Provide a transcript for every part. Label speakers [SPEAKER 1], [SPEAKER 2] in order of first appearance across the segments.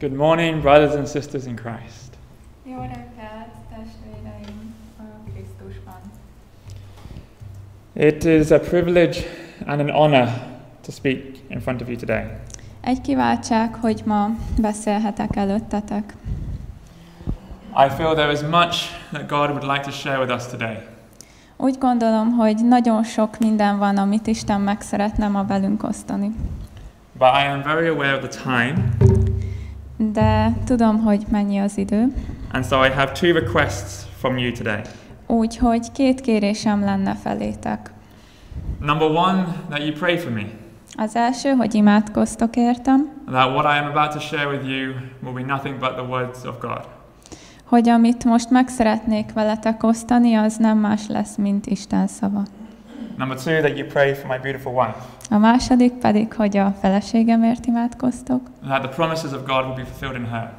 [SPEAKER 1] Good morning, brothers and sisters in Christ.
[SPEAKER 2] Jó reggelt, testvéreim a Krisztusban!
[SPEAKER 1] It is a privilege and an honor to speak in front of you today.
[SPEAKER 2] Egy kiváltság, hogy ma beszélhetek előttetek.
[SPEAKER 1] I feel there is much that God would like to share with us today.
[SPEAKER 2] Úgy gondolom, hogy nagyon sok minden van, amit Isten meg szeretne ma velünk osztani.
[SPEAKER 1] But I am very aware of the time,
[SPEAKER 2] De tudom, hogy mennyi az idő.
[SPEAKER 1] and so I have two requests from you today.
[SPEAKER 2] Úgyhogy két kérésem lenne felétek.
[SPEAKER 1] Number one, that you pray for me,
[SPEAKER 2] Az első, hogy imádkoztok értem,
[SPEAKER 1] that what I am about to share with you will be nothing but the words of God.
[SPEAKER 2] hogy amit most meg szeretnék veletek osztani, az nem más lesz, mint Isten szava.
[SPEAKER 1] Number two, that you pray for my beautiful wife,
[SPEAKER 2] A második pedig, hogy a feleségemért imádkoztok,
[SPEAKER 1] that the promises of God will be fulfilled in her,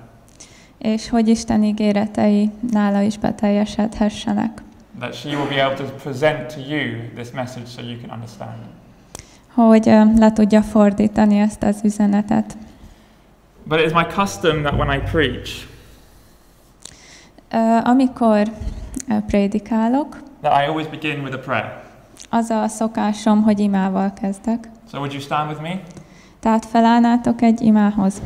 [SPEAKER 2] és hogy Isten ígéretei nála is beteljesedhessenek,
[SPEAKER 1] that she will be able to present to you this message so you can understand.
[SPEAKER 2] hogy ö, le tudja fordítani ezt az üzenetet.
[SPEAKER 1] But it is my custom that when I preach,
[SPEAKER 2] Ö, Amikor ö, prédikálok,
[SPEAKER 1] that I always begin with a prayer.
[SPEAKER 2] az a szokásom, hogy imával kezdek.
[SPEAKER 1] So would you stand with me?
[SPEAKER 2] Tehát felállnátok egy imához.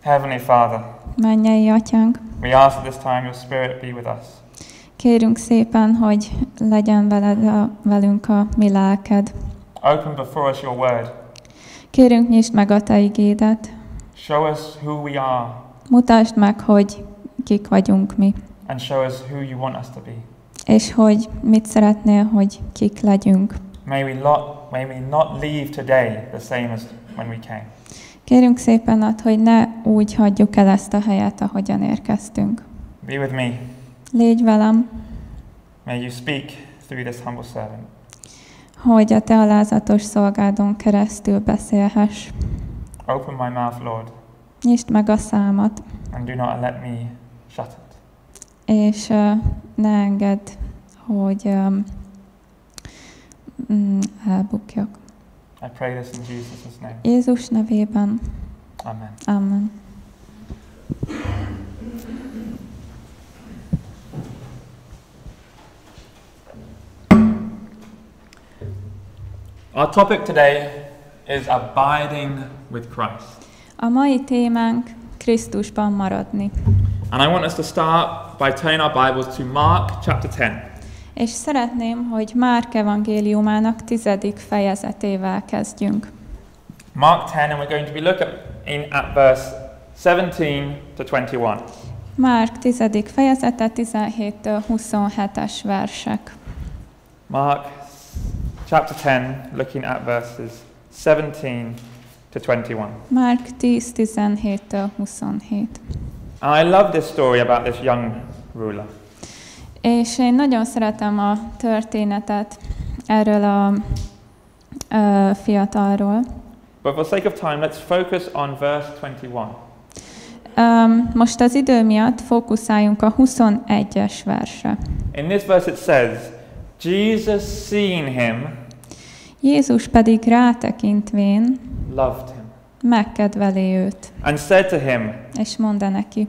[SPEAKER 1] Heavenly Father,
[SPEAKER 2] Mennyei atyánk,
[SPEAKER 1] we ask that this time your spirit be with us.
[SPEAKER 2] kérünk szépen, hogy legyen veled a, velünk a mi lelked.
[SPEAKER 1] Open before us your word.
[SPEAKER 2] Kérünk, nyisd meg a te igédet,
[SPEAKER 1] Show us who we are
[SPEAKER 2] mutasd meg, hogy kik vagyunk mi.
[SPEAKER 1] and show us who you want us to be.
[SPEAKER 2] és hogy mit szeretnél, hogy kik legyünk.
[SPEAKER 1] May we not, may we not leave today the same as when we came.
[SPEAKER 2] Kérünk szépen ad, hogy ne úgy hagyjuk el ezt a helyet, ahogyan érkeztünk.
[SPEAKER 1] Be with me.
[SPEAKER 2] Légy velem,
[SPEAKER 1] May you speak through this humble servant.
[SPEAKER 2] hogy a te alázatos szolgádon keresztül beszélhess.
[SPEAKER 1] Open my mouth, Lord,
[SPEAKER 2] Nyisd meg a számat,
[SPEAKER 1] and do not let me shut it.
[SPEAKER 2] és ö, ne engedd, hogy ö, mm, elbukjak.
[SPEAKER 1] I pray this in Jesus' name.
[SPEAKER 2] Jézus nevében,
[SPEAKER 1] Amen.
[SPEAKER 2] Amen.
[SPEAKER 1] Our topic today is abiding with Christ.
[SPEAKER 2] A mai témánk Krisztusban maradni.
[SPEAKER 1] And I want us to start by turning our Bibles to Mark chapter 10.
[SPEAKER 2] És szeretném, hogy Márk evangéliumának tizedik fejezetével kezdjünk.
[SPEAKER 1] Mark 10, and we're going to be looking in at verse 17 to 21.
[SPEAKER 2] Márk tizedik fejezete 17-től 27-es versek.
[SPEAKER 1] Mark chapter 10, looking at verses 17 to 21.
[SPEAKER 2] Márk 10-17-től 27.
[SPEAKER 1] I love this story about this young ruler.
[SPEAKER 2] És én nagyon szeretem a történetet erről a ö, fiatalról.
[SPEAKER 1] But for sake of time, let's focus on verse 21.
[SPEAKER 2] Öm, most az idő miatt fókuszáljunk a 21-es versre.
[SPEAKER 1] In this verse, it says, Jesus, seeing him,
[SPEAKER 2] Jézus pedig rátekintvén
[SPEAKER 1] loved him
[SPEAKER 2] megkedveli őt,
[SPEAKER 1] and said to him,
[SPEAKER 2] és mondta neki,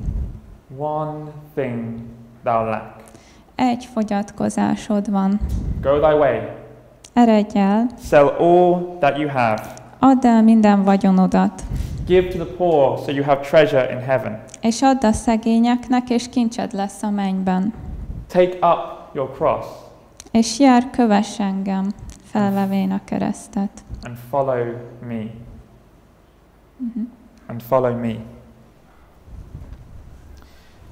[SPEAKER 1] One thing thou lack.
[SPEAKER 2] Egy fogyatkozásod van.
[SPEAKER 1] Go thy way,
[SPEAKER 2] Eredj el,
[SPEAKER 1] sell all that you have,
[SPEAKER 2] add el minden vagyonodat,
[SPEAKER 1] give to the poor, so you have treasure in heaven.
[SPEAKER 2] és add a szegényeknek, és kincsed lesz a mennyben.
[SPEAKER 1] Take up your cross
[SPEAKER 2] És jár, kövess engem, felvevén a keresztet.
[SPEAKER 1] and follow me.
[SPEAKER 2] Mhm.
[SPEAKER 1] And follow me.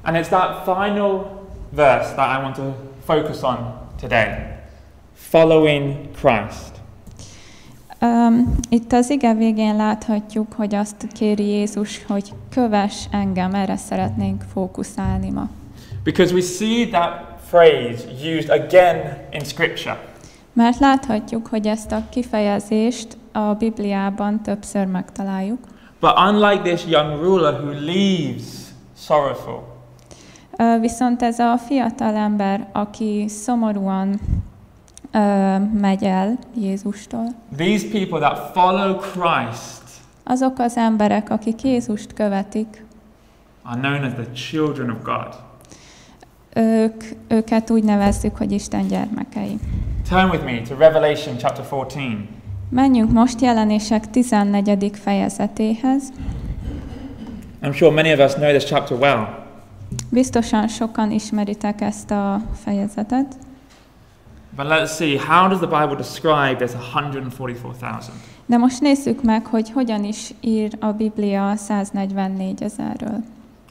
[SPEAKER 1] And it's that final verse that I want to focus on today following Christ.
[SPEAKER 2] Öm, itt az ige végén láthatjuk, hogy azt kéri Jézus, hogy kövess engem, erre szeretnénk fókuszálni ma.
[SPEAKER 1] Because we see that phrase used again in Scripture.
[SPEAKER 2] Mert láthatjuk, hogy ezt a kifejezést a Bibliában többször megtaláljuk.
[SPEAKER 1] But unlike this young ruler who leaves sorrowful,
[SPEAKER 2] Ö, Viszont ez a fiatal ember, aki szomorúan ö, megy el Jézustól.
[SPEAKER 1] These people that follow Christ
[SPEAKER 2] Azok az emberek, akik Jézust követik,
[SPEAKER 1] are known as the children of God.
[SPEAKER 2] ők, őket úgy nevezzük, hogy Isten gyermekei.
[SPEAKER 1] Turn with me to Revelation chapter 14.
[SPEAKER 2] Menjünk most jelenések 14. fejezetéhez.
[SPEAKER 1] I'm sure many of us know this chapter well.
[SPEAKER 2] Biztosan sokan ismeritek ezt a fejezetet,
[SPEAKER 1] But let's see, how does the Bible describe this 144,000?
[SPEAKER 2] de most nézzük meg, hogy hogyan is ír a Biblia 144 ezerről.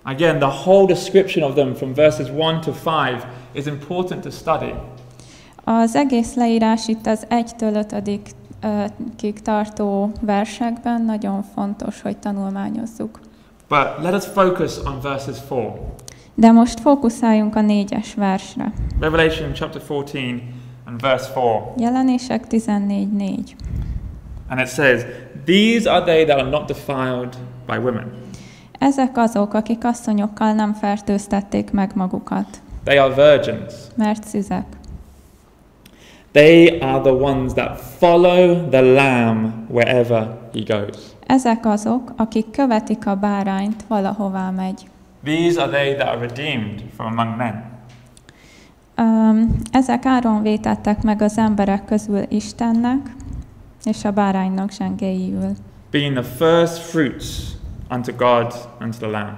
[SPEAKER 1] Again, the whole description of them from verses 1 to 5 is important to study.
[SPEAKER 2] Az egész leírás itt az 1-től 5-ig tartó versekben nagyon fontos, hogy tanulmányozzuk.
[SPEAKER 1] But let us focus on verses 4.
[SPEAKER 2] De most fókuszáljunk a négyes versre.
[SPEAKER 1] Revelation chapter 14 and verse 4.
[SPEAKER 2] Jelenések 14.4.
[SPEAKER 1] And it says, These are they that are not defiled by women.
[SPEAKER 2] Ezek azok, akik asszonyokkal nem fertőztették meg magukat,
[SPEAKER 1] They are virgins.
[SPEAKER 2] mert szüzek.
[SPEAKER 1] They are the ones that follow the Lamb wherever he goes.
[SPEAKER 2] Ezek azok, akik követik a bárányt, valahová megy.
[SPEAKER 1] These are they that are redeemed from among men.
[SPEAKER 2] Öm, Ezek áron vétettek meg az emberek közül Istennek, és a báránynak zsengéiül.
[SPEAKER 1] being the first fruits unto God and to the Lamb.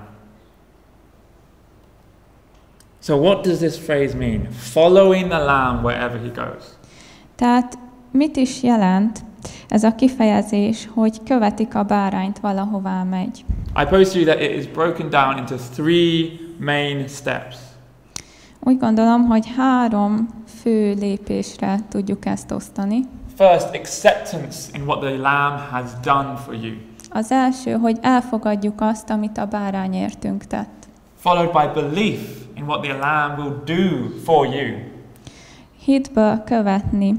[SPEAKER 1] So, what does this phrase mean? Following the Lamb wherever he goes.
[SPEAKER 2] Tehát mit is jelent ez a kifejezés, hogy követik a bárányt, valahová megy?
[SPEAKER 1] I pose to you that it is broken down into three main steps.
[SPEAKER 2] Úgy gondolom, hogy három fő lépésre tudjuk ezt osztani.
[SPEAKER 1] First, acceptance in what the Lamb has done for you,
[SPEAKER 2] Az első, hogy elfogadjuk azt, amit a bárányértünk tett.
[SPEAKER 1] followed by belief in what the Lamb will do for you.
[SPEAKER 2] Hitből követni,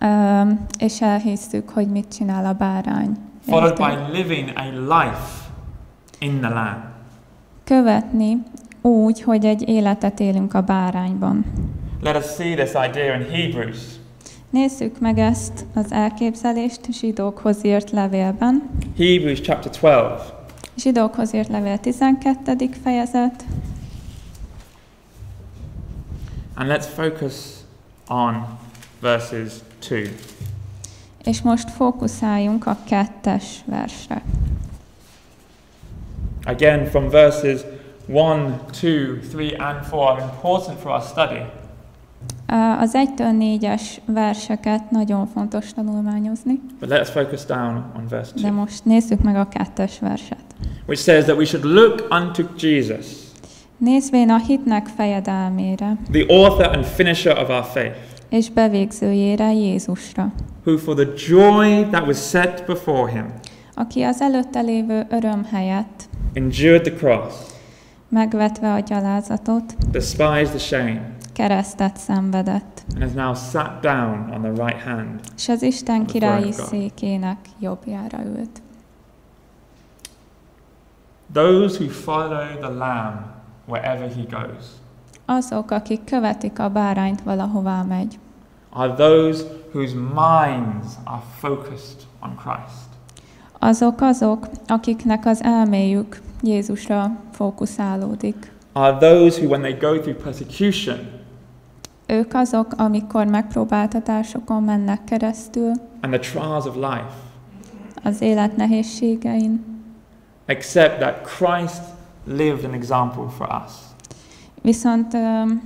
[SPEAKER 2] Öm, és elhisszük, hogy mit csinál a bárány.
[SPEAKER 1] Followed
[SPEAKER 2] Értünk.
[SPEAKER 1] by living a life in the Lamb.
[SPEAKER 2] Követni úgy, hogy egy életet élünk a bárányban.
[SPEAKER 1] Let us see this idea in Hebrews
[SPEAKER 2] Nézzük meg ezt az elképzelést zsidókhoz írt levélben.
[SPEAKER 1] Hebrews chapter 12.
[SPEAKER 2] Zsidókhoz írt levél 12. fejezet.
[SPEAKER 1] And let's focus on verses 2.
[SPEAKER 2] És most fókuszáljunk a kettes versre.
[SPEAKER 1] Again, from verses 1, 2, 3, and 4 are important for our study.
[SPEAKER 2] Az 1-től 4-es verseket nagyon fontos tanulmányozni,
[SPEAKER 1] But let's focus down on verse
[SPEAKER 2] de
[SPEAKER 1] 2,
[SPEAKER 2] most nézzük meg a kettes verset.
[SPEAKER 1] which says that we should look unto Jesus,
[SPEAKER 2] Nézvén a hitnek fejedelmére
[SPEAKER 1] the author and finisher of our faith,
[SPEAKER 2] és bevégzőjére Jézusra,
[SPEAKER 1] who for the joy that was set before him
[SPEAKER 2] aki az előtte lévő öröm helyett,
[SPEAKER 1] endured the cross,
[SPEAKER 2] megvetve a gyalázatot,
[SPEAKER 1] despised the shame,
[SPEAKER 2] keresztet szenvedett,
[SPEAKER 1] and has now sat down on the right hand
[SPEAKER 2] és az Isten
[SPEAKER 1] Akkor
[SPEAKER 2] királyi
[SPEAKER 1] fordítva.
[SPEAKER 2] székének jobbjára ült.
[SPEAKER 1] Those who follow the Lamb wherever he goes
[SPEAKER 2] Azok, akik követik a bárányt, valahová megy.
[SPEAKER 1] are those whose minds are focused on Christ.
[SPEAKER 2] Azok azok, akiknek az elméjük Jézusra fókuszálódik.
[SPEAKER 1] Are those who, when they go through persecution
[SPEAKER 2] Ők azok, amikor megpróbáltatásokon mennek keresztül,
[SPEAKER 1] and the trials of life,
[SPEAKER 2] az élet nehézségein,
[SPEAKER 1] accept that Christ lived an example for us.
[SPEAKER 2] viszont öm,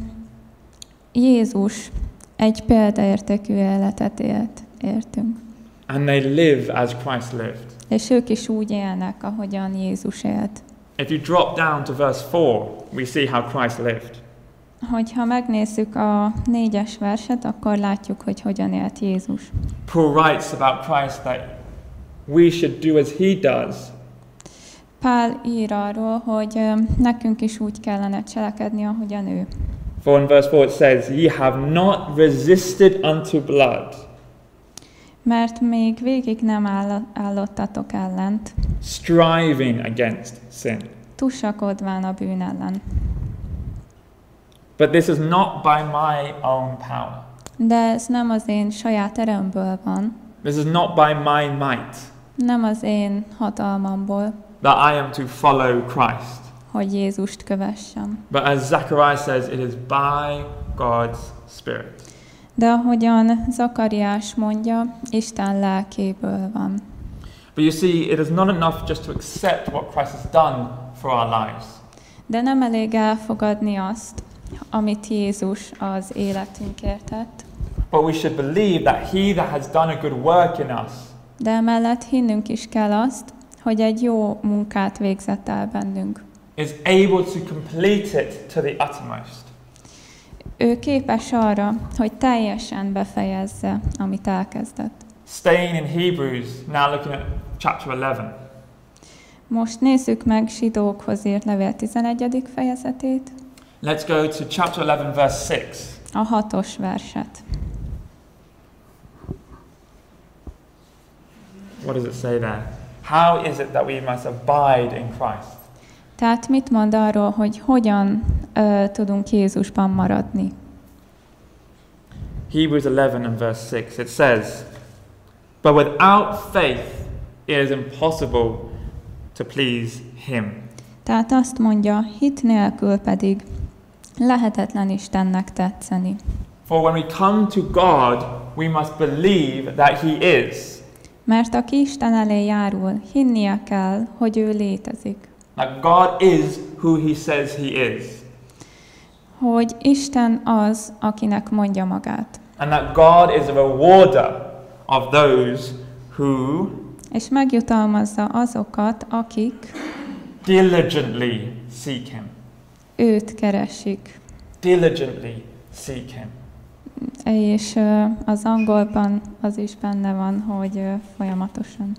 [SPEAKER 2] Jézus egy példaértékű életet élt, értünk.
[SPEAKER 1] And they live as Christ lived.
[SPEAKER 2] És ők is úgy élnek, ahogyan Jézus élt.
[SPEAKER 1] If you drop down to verse 4, we see how Christ lived.
[SPEAKER 2] Hogyha megnézzük a négyes verset, akkor látjuk, hogy hogyan élt Jézus.
[SPEAKER 1] Paul writes about Christ that we should do as he does
[SPEAKER 2] Pál ír arról, hogy öm, nekünk is úgy kellene cselekedni, ahogyan ő.
[SPEAKER 1] For in verse 4 it says, Ye have not resisted unto blood,
[SPEAKER 2] Mert még végig nem áll- állottatok ellent,
[SPEAKER 1] striving against sin.
[SPEAKER 2] tusakodván a bűn ellen.
[SPEAKER 1] But this is not by my own power.
[SPEAKER 2] De ez nem az én saját erőmből van,
[SPEAKER 1] This is not by my might
[SPEAKER 2] nem az én hatalmamból,
[SPEAKER 1] that I am to follow Christ,
[SPEAKER 2] hogy Jézust kövessem.
[SPEAKER 1] but as Zechariah says, it is by God's Spirit.
[SPEAKER 2] De ahogyan Zakariás mondja, Isten lelkéből van.
[SPEAKER 1] But you see, it is not enough just to accept what Christ has done for our lives.
[SPEAKER 2] De nem elég elfogadni azt, amit Jézus az életünkért tett,
[SPEAKER 1] But we should believe that he that has done a good work in us
[SPEAKER 2] de emellett hinnünk is kell azt, hogy egy jó munkát végzett el bennünk.
[SPEAKER 1] is able to complete it to the uttermost.
[SPEAKER 2] Ő képes arra, hogy teljesen befejezze, amit elkezdett.
[SPEAKER 1] Staying in Hebrews, now looking at chapter 11.
[SPEAKER 2] Most nézzük meg zsidókhoz írt levél 11. fejezetét,
[SPEAKER 1] Let's go to chapter 11, verse 6.
[SPEAKER 2] a hatos verset.
[SPEAKER 1] What does it say there? How is it that we must abide in Christ?
[SPEAKER 2] Tehát mit mond arról, hogy hogyan ö, tudunk Jézusban maradni?
[SPEAKER 1] Hebrews 11 and verse 6, it says, But without faith it is impossible to please him.
[SPEAKER 2] Tehát azt mondja, hit nélkül pedig lehetetlen Istennek tetszeni.
[SPEAKER 1] For when we come to God, we must believe that he is,
[SPEAKER 2] Mert aki Isten elé járul, hinnie kell, hogy ő létezik.
[SPEAKER 1] that God is who he says he is,
[SPEAKER 2] Hogy Isten az, akinek mondja magát.
[SPEAKER 1] and that God is a rewarder of those who
[SPEAKER 2] És megjutalmazza azokat, akik
[SPEAKER 1] diligently seek him.
[SPEAKER 2] őt keresik.
[SPEAKER 1] Diligently seek him.
[SPEAKER 2] És ö, az angolban az is benne van, hogy ö, folyamatosan.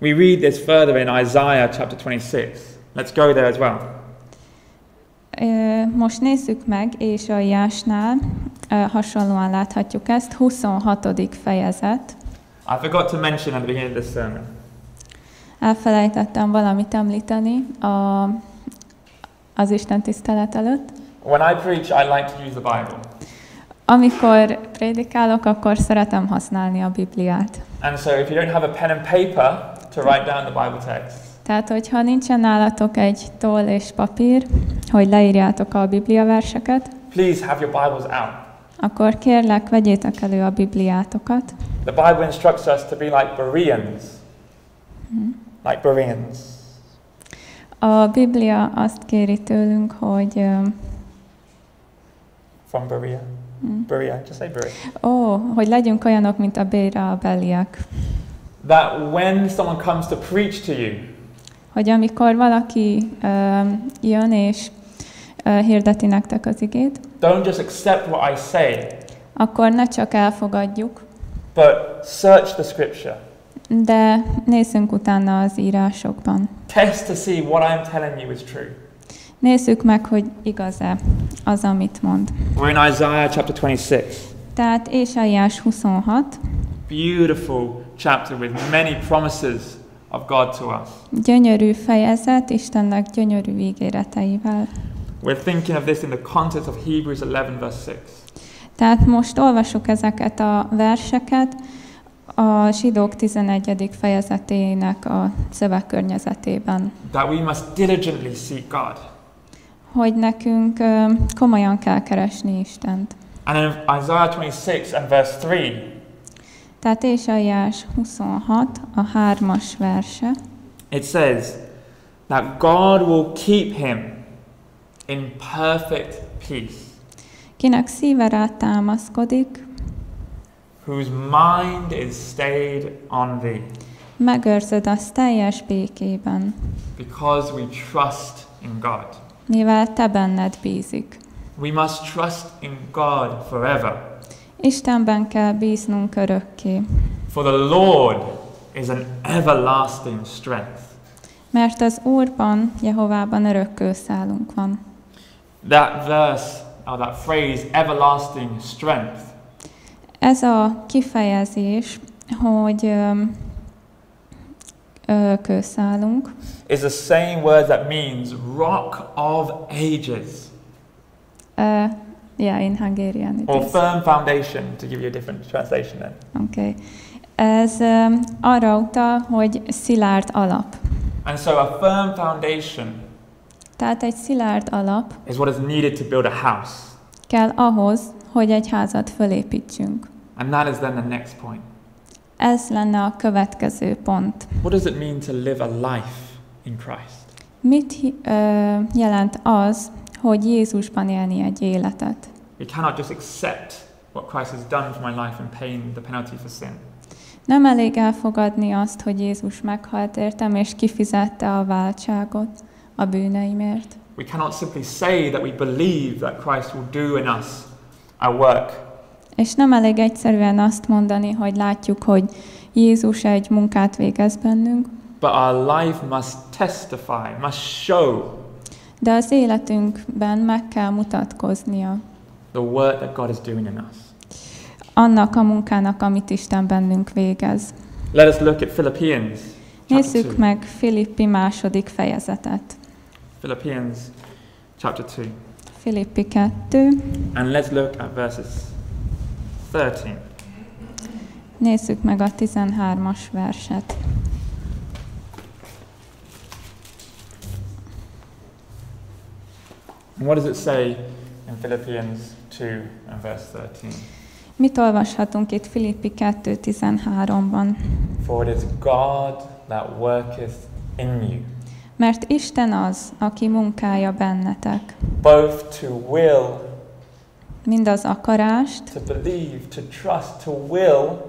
[SPEAKER 1] We read this further in Isaiah chapter 26. Let's go there as well.
[SPEAKER 2] Ö, Most nézzük meg, és a Jásnál hasonlóan láthatjuk ezt, 26. fejezet.
[SPEAKER 1] I forgot to mention at the beginning of this sermon.
[SPEAKER 2] Elfelejtettem valamit említeni a, az Isten tisztelet előtt.
[SPEAKER 1] When I preach, I like to use the Bible.
[SPEAKER 2] Amikor prédikálok, akkor szeretem használni a Bibliát.
[SPEAKER 1] And so if you don't have a pen and paper to write down the Bible text,
[SPEAKER 2] Tehát, hogyha nincsen nálatok egy toll és papír, hogy leírjátok a Biblia verseket,
[SPEAKER 1] please have your Bibles out.
[SPEAKER 2] akkor kérlek, vegyétek elő a Bibliátokat.
[SPEAKER 1] The Bible instructs us to be like Bereans.
[SPEAKER 2] Hmm.
[SPEAKER 1] Like Bereans.
[SPEAKER 2] A Biblia azt kéri tőlünk, hogy... ö,
[SPEAKER 1] From Berea.
[SPEAKER 2] hm,
[SPEAKER 1] Berea. Just say Berea.
[SPEAKER 2] Ó, hogy legyünk olyanok, mint a béra a beliek.
[SPEAKER 1] That when someone comes to preach to you,
[SPEAKER 2] Hogy amikor valaki ö, jön és ö, hirdeti nektek az igét,
[SPEAKER 1] don't just accept what I say,
[SPEAKER 2] akkor ne csak elfogadjuk,
[SPEAKER 1] but search the scripture.
[SPEAKER 2] de nézzünk utána az írásokban.
[SPEAKER 1] Test to see what I'm telling you is true.
[SPEAKER 2] Nézzük meg, hogy igaz-e az, amit mond.
[SPEAKER 1] We're in Isaiah chapter 26.
[SPEAKER 2] Tehát Ésájás 26,
[SPEAKER 1] Beautiful chapter with many promises of God to us.
[SPEAKER 2] gyönyörű fejezet Istennek gyönyörű ígéreteivel.
[SPEAKER 1] We're thinking of this in the context of Hebrews 11, verse 6.
[SPEAKER 2] Tehát most olvasok ezeket a verseket a zsidók 11. fejezetének a szövegkörnyezetében,
[SPEAKER 1] That we must diligently seek God.
[SPEAKER 2] hogy nekünk ö, komolyan kell keresni Istent.
[SPEAKER 1] And in Isaiah 26 and verse 3,
[SPEAKER 2] Tehát Ézsaiás 26, a hármas verse,
[SPEAKER 1] it says that God will keep him in perfect peace,
[SPEAKER 2] kinek szíve rá támaszkodik,
[SPEAKER 1] whose mind is stayed on thee,
[SPEAKER 2] megőrzöd azt teljes békében,
[SPEAKER 1] because we trust in God.
[SPEAKER 2] mivel te benned bízik.
[SPEAKER 1] We must trust in God forever,
[SPEAKER 2] Istenben kell bíznunk örökké,
[SPEAKER 1] for the Lord is an everlasting strength.
[SPEAKER 2] mert az Úrban, Jehovában örökkő szálunk van.
[SPEAKER 1] That verse, or that phrase, everlasting strength,
[SPEAKER 2] Ez a kifejezés, hogy ö, ö, kőszálunk,
[SPEAKER 1] is the same word that means rock of ages.
[SPEAKER 2] ö, Yeah, in Hungarian it
[SPEAKER 1] Or
[SPEAKER 2] is.
[SPEAKER 1] firm foundation, to give you a different translation then.
[SPEAKER 2] Okay. Ez um, arra utal, hogy szilárd alap.
[SPEAKER 1] And so a firm foundation
[SPEAKER 2] Tehát egy szilárd alap
[SPEAKER 1] is what is needed to build a house.
[SPEAKER 2] kell ahhoz, hogy egy házat fölépítsünk.
[SPEAKER 1] And that is then the next point.
[SPEAKER 2] Ez lenne a következő pont.
[SPEAKER 1] What does it mean to live a life in Christ?
[SPEAKER 2] Mit hi- ö, jelent az, hogy Jézusban élni egy életet?
[SPEAKER 1] We cannot just accept what Christ has done for my life and paying the penalty for sin.
[SPEAKER 2] Nem elég elfogadni azt, hogy Jézus meghalt értem, és kifizette a váltságot a bűneimért.
[SPEAKER 1] We cannot simply say that we believe that Christ will do in us our work
[SPEAKER 2] És nem elég egyszerűen azt mondani, hogy látjuk, hogy Jézus egy munkát végez bennünk,
[SPEAKER 1] But our life must testify, must show
[SPEAKER 2] de az életünkben meg kell mutatkoznia
[SPEAKER 1] the work that God is doing in us.
[SPEAKER 2] annak a munkának, amit Isten bennünk végez.
[SPEAKER 1] Let us look at Philippians. Chapter
[SPEAKER 2] Nézzük
[SPEAKER 1] 2.
[SPEAKER 2] meg Filippi második fejezetet.
[SPEAKER 1] Philippians chapter 2.
[SPEAKER 2] Filippi 2,
[SPEAKER 1] And let's look at verses 13.
[SPEAKER 2] nézzük meg a 13-as verset.
[SPEAKER 1] And what does it say in Philippians 2 and verse 13?
[SPEAKER 2] Mit olvashatunk itt Filippi 2.13-ban?
[SPEAKER 1] For it is God that worketh in you,
[SPEAKER 2] Mert Isten az, aki munkája bennetek,
[SPEAKER 1] both to will,
[SPEAKER 2] mind az akarást,
[SPEAKER 1] to believe, to trust, to will,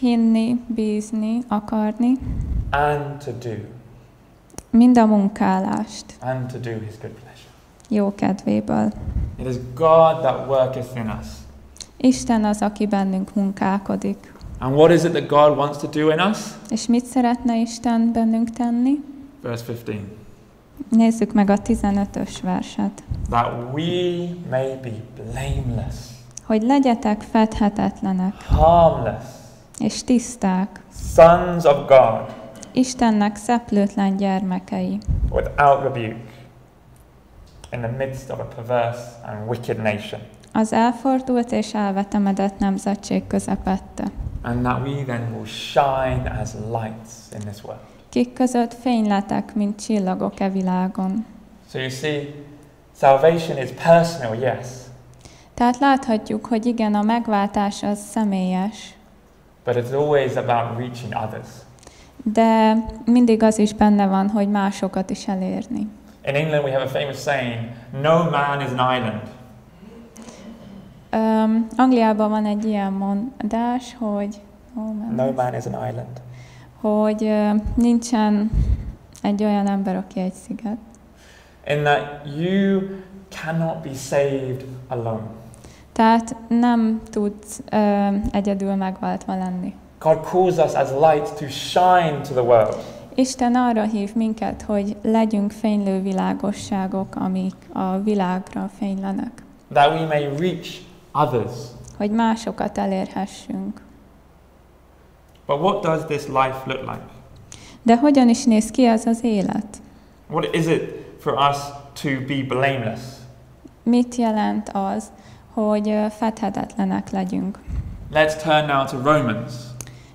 [SPEAKER 2] hinni, bízni, akarni,
[SPEAKER 1] and to do,
[SPEAKER 2] mind a munkálást,
[SPEAKER 1] and to do his good pleasure.
[SPEAKER 2] jó kedvéből.
[SPEAKER 1] It is God that worketh in us.
[SPEAKER 2] Isten az, aki bennünk munkálkodik.
[SPEAKER 1] And what is it that God wants to do in us?
[SPEAKER 2] És mit szeretne Isten bennünk tenni?
[SPEAKER 1] Verse 15.
[SPEAKER 2] Nézzük meg a 15-ös verset.
[SPEAKER 1] That we may be blameless,
[SPEAKER 2] Hogy legyetek fedhetetlenek
[SPEAKER 1] harmless,
[SPEAKER 2] és tiszták,
[SPEAKER 1] sons of God,
[SPEAKER 2] Istennek szeplőtlen gyermekei,
[SPEAKER 1] without rebuke, in the midst of a perverse and wicked nation.
[SPEAKER 2] az elfordult és elvetemedett nemzetség közepette,
[SPEAKER 1] And that we then will shine as lights in this world.
[SPEAKER 2] kik között fényletek, mint csillagok e világon.
[SPEAKER 1] So you see, salvation is personal, yes,
[SPEAKER 2] Tehát láthatjuk, hogy igen, a megváltás az személyes,
[SPEAKER 1] but it's always about reaching others.
[SPEAKER 2] de mindig az is benne van, hogy másokat is elérni.
[SPEAKER 1] In England, we have a famous saying no man is an island.
[SPEAKER 2] Öm, Angliában van egy ilyen mondás, hogy ó, már
[SPEAKER 1] No
[SPEAKER 2] nem-
[SPEAKER 1] man is an island.
[SPEAKER 2] hogy ö, nincsen egy olyan ember, aki egy sziget.
[SPEAKER 1] in that you cannot be saved alone.
[SPEAKER 2] Tehát nem tudsz ö, egyedül megváltva lenni.
[SPEAKER 1] God calls us as lights to shine to the world.
[SPEAKER 2] Isten arra hív minket, hogy legyünk fénylő világosságok, amik a világra fénylenek,
[SPEAKER 1] That we may reach others.
[SPEAKER 2] hogy másokat elérhessünk.
[SPEAKER 1] But what does this life look like?
[SPEAKER 2] De hogyan is néz ki ez az élet?
[SPEAKER 1] What is it for us to be blameless?
[SPEAKER 2] Mit jelent az, hogy ö, fedhetetlenek legyünk?
[SPEAKER 1] Let's turn now to Romans.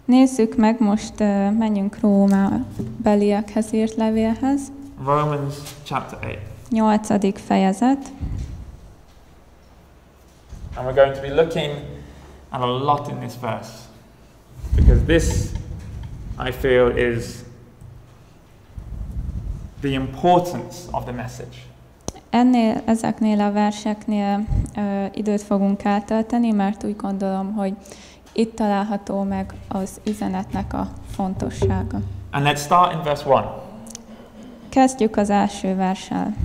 [SPEAKER 2] Nézzük meg most, ö, menjünk Róma beliekhez írt levélhez,
[SPEAKER 1] Romans chapter 8.
[SPEAKER 2] 8. fejezet,
[SPEAKER 1] And we're going to be looking at a lot in this verse. Because this, I feel, is the importance of the message.
[SPEAKER 2] Ennél, ezeknél a verseknél ö, időt fogunk eltölteni, mert úgy gondolom, hogy itt található meg az üzenetnek a fontossága.
[SPEAKER 1] And let's start in verse 1.
[SPEAKER 2] Kezdjük az első verssel.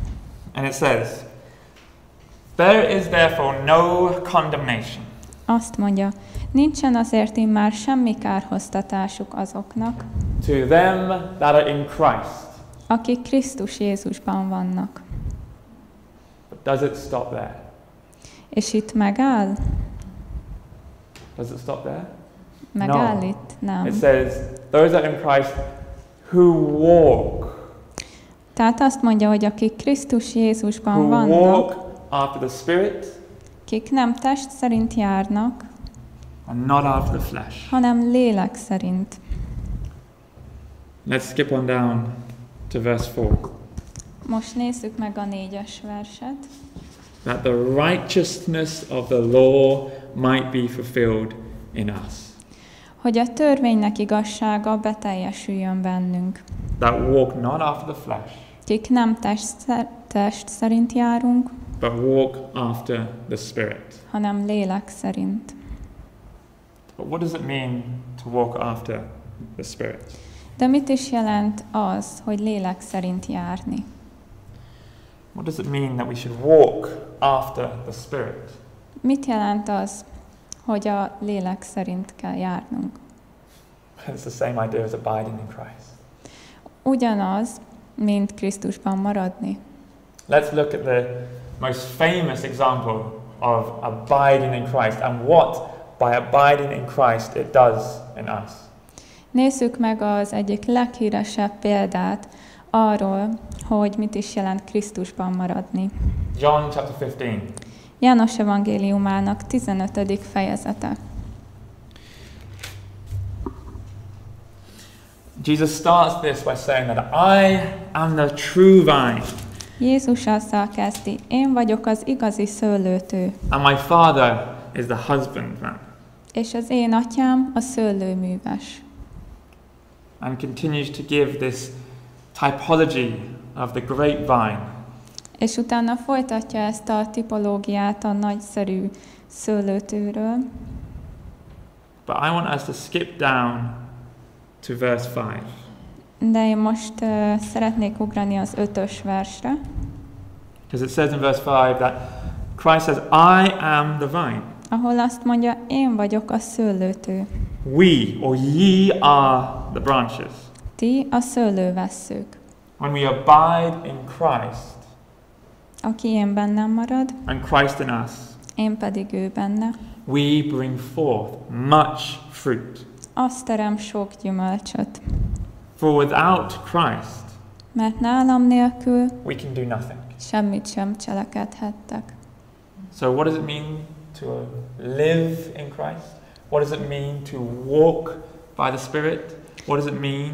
[SPEAKER 1] And it says, There is therefore no condemnation
[SPEAKER 2] Azt mondja, nincsen azért immár semmi kárhoztatásuk azoknak,
[SPEAKER 1] to them that are in Christ.
[SPEAKER 2] akik Krisztus Jézusban vannak.
[SPEAKER 1] But does it stop there?
[SPEAKER 2] És itt megáll?
[SPEAKER 1] Does it stop there?
[SPEAKER 2] Megáll
[SPEAKER 1] No.
[SPEAKER 2] itt? Nem.
[SPEAKER 1] It says, Those that are in Christ who walk,
[SPEAKER 2] Tehát azt mondja, hogy akik Krisztus Jézusban
[SPEAKER 1] who
[SPEAKER 2] vannak,
[SPEAKER 1] walk after the Spirit,
[SPEAKER 2] kik nem test szerint járnak,
[SPEAKER 1] and not after the flesh.
[SPEAKER 2] hanem lélek szerint.
[SPEAKER 1] Let's skip on down to verse 4.
[SPEAKER 2] Most nézzük meg a négyes verset.
[SPEAKER 1] That the righteousness of the law might be fulfilled in us
[SPEAKER 2] Hogy a törvénynek igazsága beteljesüljön bennünk.
[SPEAKER 1] that walk not after the flesh,
[SPEAKER 2] Kik nem test, szer- test szerint járunk,
[SPEAKER 1] but walk after the Spirit.
[SPEAKER 2] hanem lélek szerint.
[SPEAKER 1] But what does it mean to walk after the Spirit?
[SPEAKER 2] De mit is jelent az, hogy lélek szerint járni?
[SPEAKER 1] What does it mean that we should walk after the Spirit?
[SPEAKER 2] Mit jelent az, hogy a lélek szerint kell járnunk?
[SPEAKER 1] It's the same idea as abiding in Christ.
[SPEAKER 2] Ugyanaz, mint Krisztusban maradni.
[SPEAKER 1] Let's look at the most famous example of abiding in Christ and what, by abiding in Christ, it does in us.
[SPEAKER 2] Nézzük meg az egyik leghíresebb példát arról, hogy mit is jelent Krisztusban maradni.
[SPEAKER 1] John chapter 15.
[SPEAKER 2] János evangéliumának 15. fejezete.
[SPEAKER 1] Jesus starts this by saying that I am the true vine,
[SPEAKER 2] Jézus azzal kezdi, én vagyok az igazi szőlőtő,
[SPEAKER 1] and my Father is the husbandman.
[SPEAKER 2] és az én atyám a szőlőműves.
[SPEAKER 1] And continues to give this typology of the grapevine
[SPEAKER 2] És utána folytatja ezt a tipológiát a nagyszerű szőlőtőről,
[SPEAKER 1] But I want us to skip down to verse 5.
[SPEAKER 2] de én most uh, szeretnék ugrani az ötös versre,
[SPEAKER 1] Because it says in verse 5 that Christ says, I am the vine.
[SPEAKER 2] ahol azt mondja, én vagyok a szőlőtő,
[SPEAKER 1] We or ye are the branches.
[SPEAKER 2] ti a szőlővesszők.
[SPEAKER 1] When we abide in Christ
[SPEAKER 2] Aki én bennem marad,
[SPEAKER 1] and Christ in us,
[SPEAKER 2] én pedig ő benne,
[SPEAKER 1] we bring forth much fruit.
[SPEAKER 2] azt terem sok gyümölcsöt,
[SPEAKER 1] For without Christ,
[SPEAKER 2] mert nálam nélkül
[SPEAKER 1] we can do nothing.
[SPEAKER 2] semmit sem cselekedhettek.
[SPEAKER 1] So, what does it mean to live in Christ? What does it mean to walk by the Spirit? What does it mean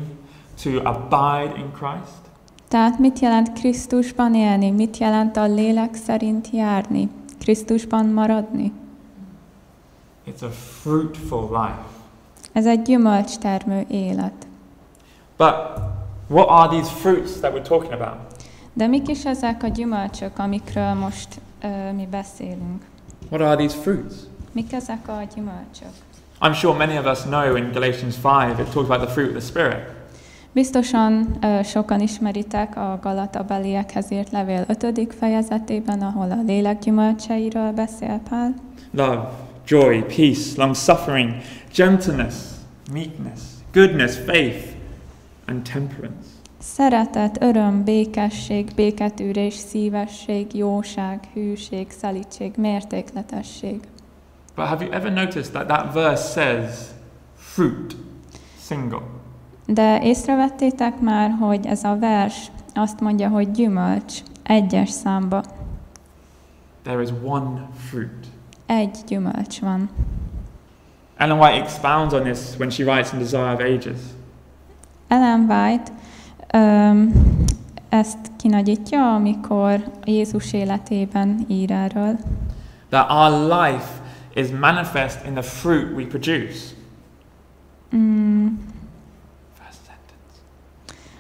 [SPEAKER 1] to abide in Christ?
[SPEAKER 2] Tehát mit jelent Krisztusban élni? Mit jelent a lélek szerint járni? Krisztusban maradni?
[SPEAKER 1] It's a fruitful life.
[SPEAKER 2] Ez egy gyümölcstermő élet.
[SPEAKER 1] But what are these fruits that we're talking about?
[SPEAKER 2] De mik is ezek a gyümölcsök, amikről most ö, mi beszélünk?
[SPEAKER 1] What are these fruits?
[SPEAKER 2] Mik ezek a gyümölcsök?
[SPEAKER 1] I'm sure many of us know in Galatians 5, it talks about the fruit of the Spirit.
[SPEAKER 2] Biztosan ö, sokan ismeritek a Galata beliekhez írt levél 5. fejezetében, ahol a lélek gyümölcseiről beszél Pál.
[SPEAKER 1] Love, joy, peace, long suffering, gentleness, meekness, goodness, faith, and temperance.
[SPEAKER 2] Szeretet, öröm, békesség, béketűrés, szívesség, jóság, hűség, szelítség, mértékletesség.
[SPEAKER 1] But have you ever noticed that that verse says fruit, single?
[SPEAKER 2] De észrevettétek már, hogy ez a vers azt mondja, hogy gyümölcs, egyes számba.
[SPEAKER 1] There is one fruit.
[SPEAKER 2] Egy gyümölcs van.
[SPEAKER 1] Ellen White expounds on this when she writes in Desire of Ages.
[SPEAKER 2] Ellen White öm, ezt kinagyítja, amikor Jézus életében ír erről,
[SPEAKER 1] that our life is manifest in the fruit we produce.
[SPEAKER 2] Mm,
[SPEAKER 1] First sentence.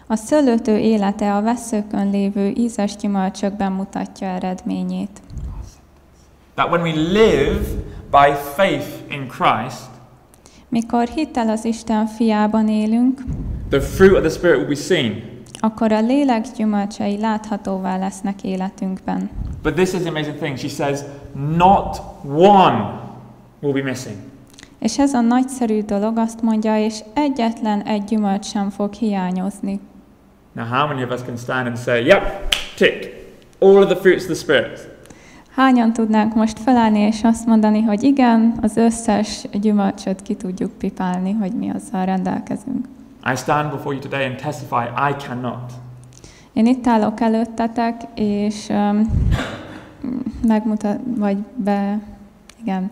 [SPEAKER 2] A szőlőtő élete a veszőkön lévő ízes gyümölcsökben mutatja eredményét.
[SPEAKER 1] That when we live by faith in Christ,
[SPEAKER 2] Mikor hittel az Isten fiában élünk,
[SPEAKER 1] the fruit of the Spirit will be seen.
[SPEAKER 2] akkor a lélek gyümölcsei láthatóvá lesznek életünkben.
[SPEAKER 1] But this is the amazing thing. She says, not one will be missing.
[SPEAKER 2] És ez a nagyszerű dolog azt mondja, és egyetlen egy gyümölcs sem fog hiányozni.
[SPEAKER 1] Now, how many of us can stand and say, yep, tick, all of the fruits of the Spirit?
[SPEAKER 2] Hányan tudnánk most felállni és azt mondani, hogy igen, az összes gyümölcsöt ki tudjuk pipálni, hogy mi azzal rendelkezünk.
[SPEAKER 1] I stand before you today and testify, I cannot.
[SPEAKER 2] Én itt állok előttetek, és öm, megmutat, vagy be, igen,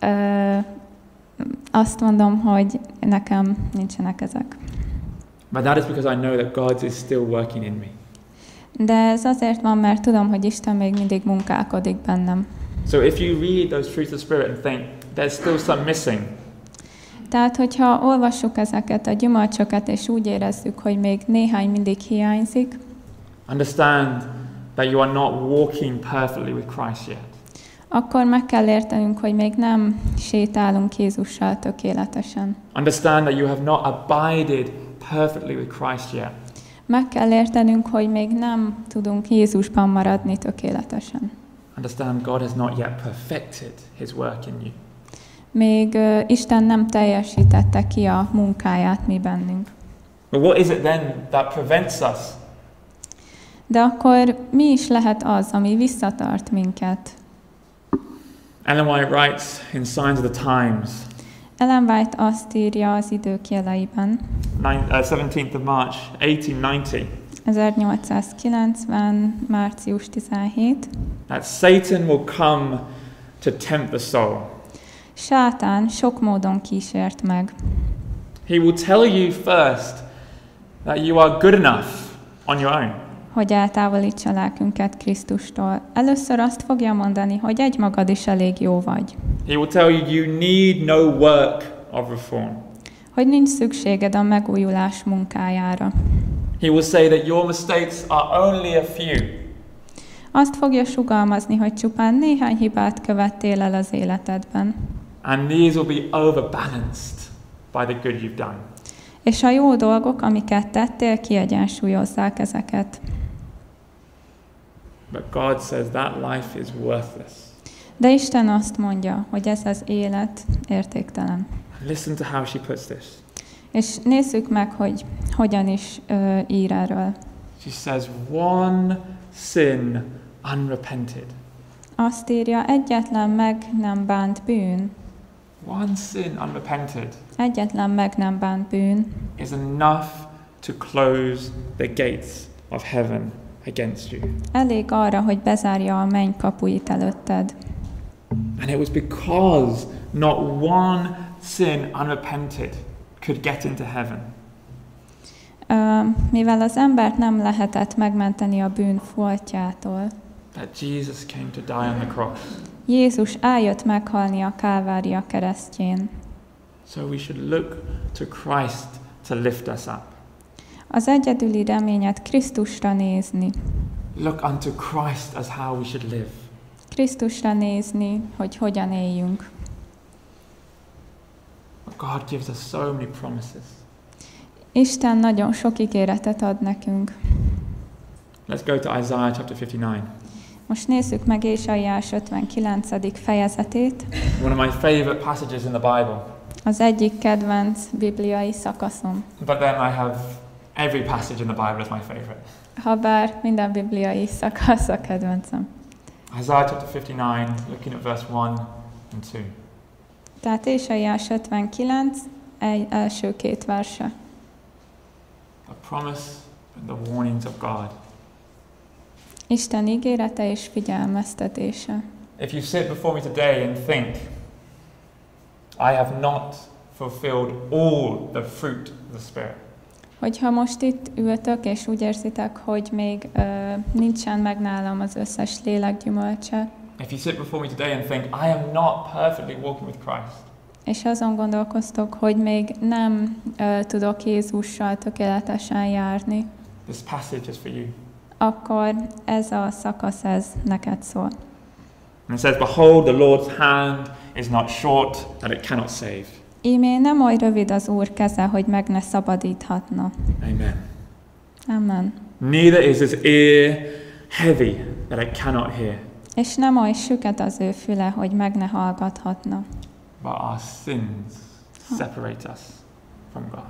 [SPEAKER 2] ö, azt mondom, hogy nekem nincsenek ezek.
[SPEAKER 1] But that is because I know that God is still working in me.
[SPEAKER 2] De ez azért van, mert tudom, hogy Isten még mindig munkálkodik bennem.
[SPEAKER 1] So if you read those fruits of the Spirit and think, there's still some missing,
[SPEAKER 2] Tehát, hogyha olvassuk ezeket a gyümölcsöket, és úgy érezzük, hogy még néhány mindig hiányzik,
[SPEAKER 1] understand that you are not walking perfectly with Christ yet.
[SPEAKER 2] akkor meg kell értenünk, hogy még nem sétálunk Jézussal tökéletesen.
[SPEAKER 1] Understand that you have not abided perfectly with Christ yet.
[SPEAKER 2] Meg kell értenünk, hogy még nem tudunk Jézusban maradni tökéletesen.
[SPEAKER 1] Understand God has not yet perfected his work in you.
[SPEAKER 2] Még ö, Isten nem teljesítette ki a munkáját mi bennünk.
[SPEAKER 1] But what is it then that prevents us
[SPEAKER 2] De akkor mi is lehet az, ami visszatart minket?
[SPEAKER 1] Ellen White writes in Signs of the Times,
[SPEAKER 2] Ellen White azt írja az idők jeleiben,
[SPEAKER 1] nine- uh, 17th of March, 1890,
[SPEAKER 2] 1890. március 17,
[SPEAKER 1] that Satan will come to tempt the soul.
[SPEAKER 2] Sátán sok módon kísért meg.
[SPEAKER 1] He will tell you first that you are good enough on your own.
[SPEAKER 2] hogy eltávolítsa lelkünket Krisztustól. Először azt fogja mondani, hogy egymagad is elég jó vagy,
[SPEAKER 1] He will tell you you need no work of reform.
[SPEAKER 2] hogy nincs szükséged a megújulás munkájára.
[SPEAKER 1] He will say that your mistakes are only a few.
[SPEAKER 2] Azt fogja sugalmazni, hogy csupán néhány hibát követtél el az életedben,
[SPEAKER 1] And these will be overbalanced by the good you've done.
[SPEAKER 2] és a jó dolgok, amiket tettél, kiegyensúlyozzák ezeket.
[SPEAKER 1] But God says that life is worthless.
[SPEAKER 2] De Isten azt mondja, hogy ez az élet értéktelen.
[SPEAKER 1] Listen to how she puts this.
[SPEAKER 2] És nézzük meg, hogy hogyan is ö, ír erről.
[SPEAKER 1] She says, one sin unrepented.
[SPEAKER 2] Azt írja, egyetlen meg nem bánt bűn,
[SPEAKER 1] One sin unrepented
[SPEAKER 2] Egyetlen meg nem bánt bűn,
[SPEAKER 1] is enough to close the gates of heaven against you.
[SPEAKER 2] elég arra, hogy bezárja a menny kapuit előtted.
[SPEAKER 1] And it was because not one sin unrepented could get into heaven
[SPEAKER 2] Ö, Mivel az embert nem lehetett megmenteni a bűn foltjától,
[SPEAKER 1] that Jesus came to die on the cross.
[SPEAKER 2] Jézus eljött meghalni a Kálvária keresztjén.
[SPEAKER 1] So we should look to Christ to lift us up.
[SPEAKER 2] Az egyedüli reményet Krisztusra nézni.
[SPEAKER 1] Look unto Christ as how we should live.
[SPEAKER 2] Krisztusra nézni, hogy hogyan éljünk.
[SPEAKER 1] But God gives us so many promises.
[SPEAKER 2] Isten nagyon sok ígéretet ad nekünk.
[SPEAKER 1] Let's go to Isaiah chapter 59,
[SPEAKER 2] Most nézzük meg Ézsaiás 59. fejezetét,
[SPEAKER 1] one of my favorite passages in the Bible.
[SPEAKER 2] az egyik kedvenc bibliai szakaszom.
[SPEAKER 1] But then I have every passage in the Bible is my favorite.
[SPEAKER 2] Habár minden bibliai szakasz a kedvencem.
[SPEAKER 1] Isaiah chapter 59, looking at verse 1 and 2.
[SPEAKER 2] Tehát Ézsaiás 59, egy első két verse.
[SPEAKER 1] A promise and the warnings of God.
[SPEAKER 2] Isten ígérete és figyelmeztetése.
[SPEAKER 1] If you sit before me today and think, I have not fulfilled all the fruit of the Spirit,
[SPEAKER 2] Hogyha most itt ültök, és úgy érzitek, hogy még ö, nincsen meg nálam az összes lélek gyümölcse,
[SPEAKER 1] if you sit before me today and think, I am not perfectly walking with Christ,
[SPEAKER 2] és azon gondolkoztok, hogy még nem ö, tudok Jézussal tökéletesen járni,
[SPEAKER 1] this passage is for you.
[SPEAKER 2] akkor ez a szakasz, ez neked szól.
[SPEAKER 1] And it says, Behold, the Lord's hand is not short that it cannot save.
[SPEAKER 2] Ímé nem oly rövid az Úr keze, hogy meg ne szabadíthatna.
[SPEAKER 1] Amen.
[SPEAKER 2] Amen.
[SPEAKER 1] Neither is his ear heavy that it cannot hear.
[SPEAKER 2] És nem oly süket az ő füle, hogy meg ne hallgathatna,
[SPEAKER 1] But our sins separate us from God.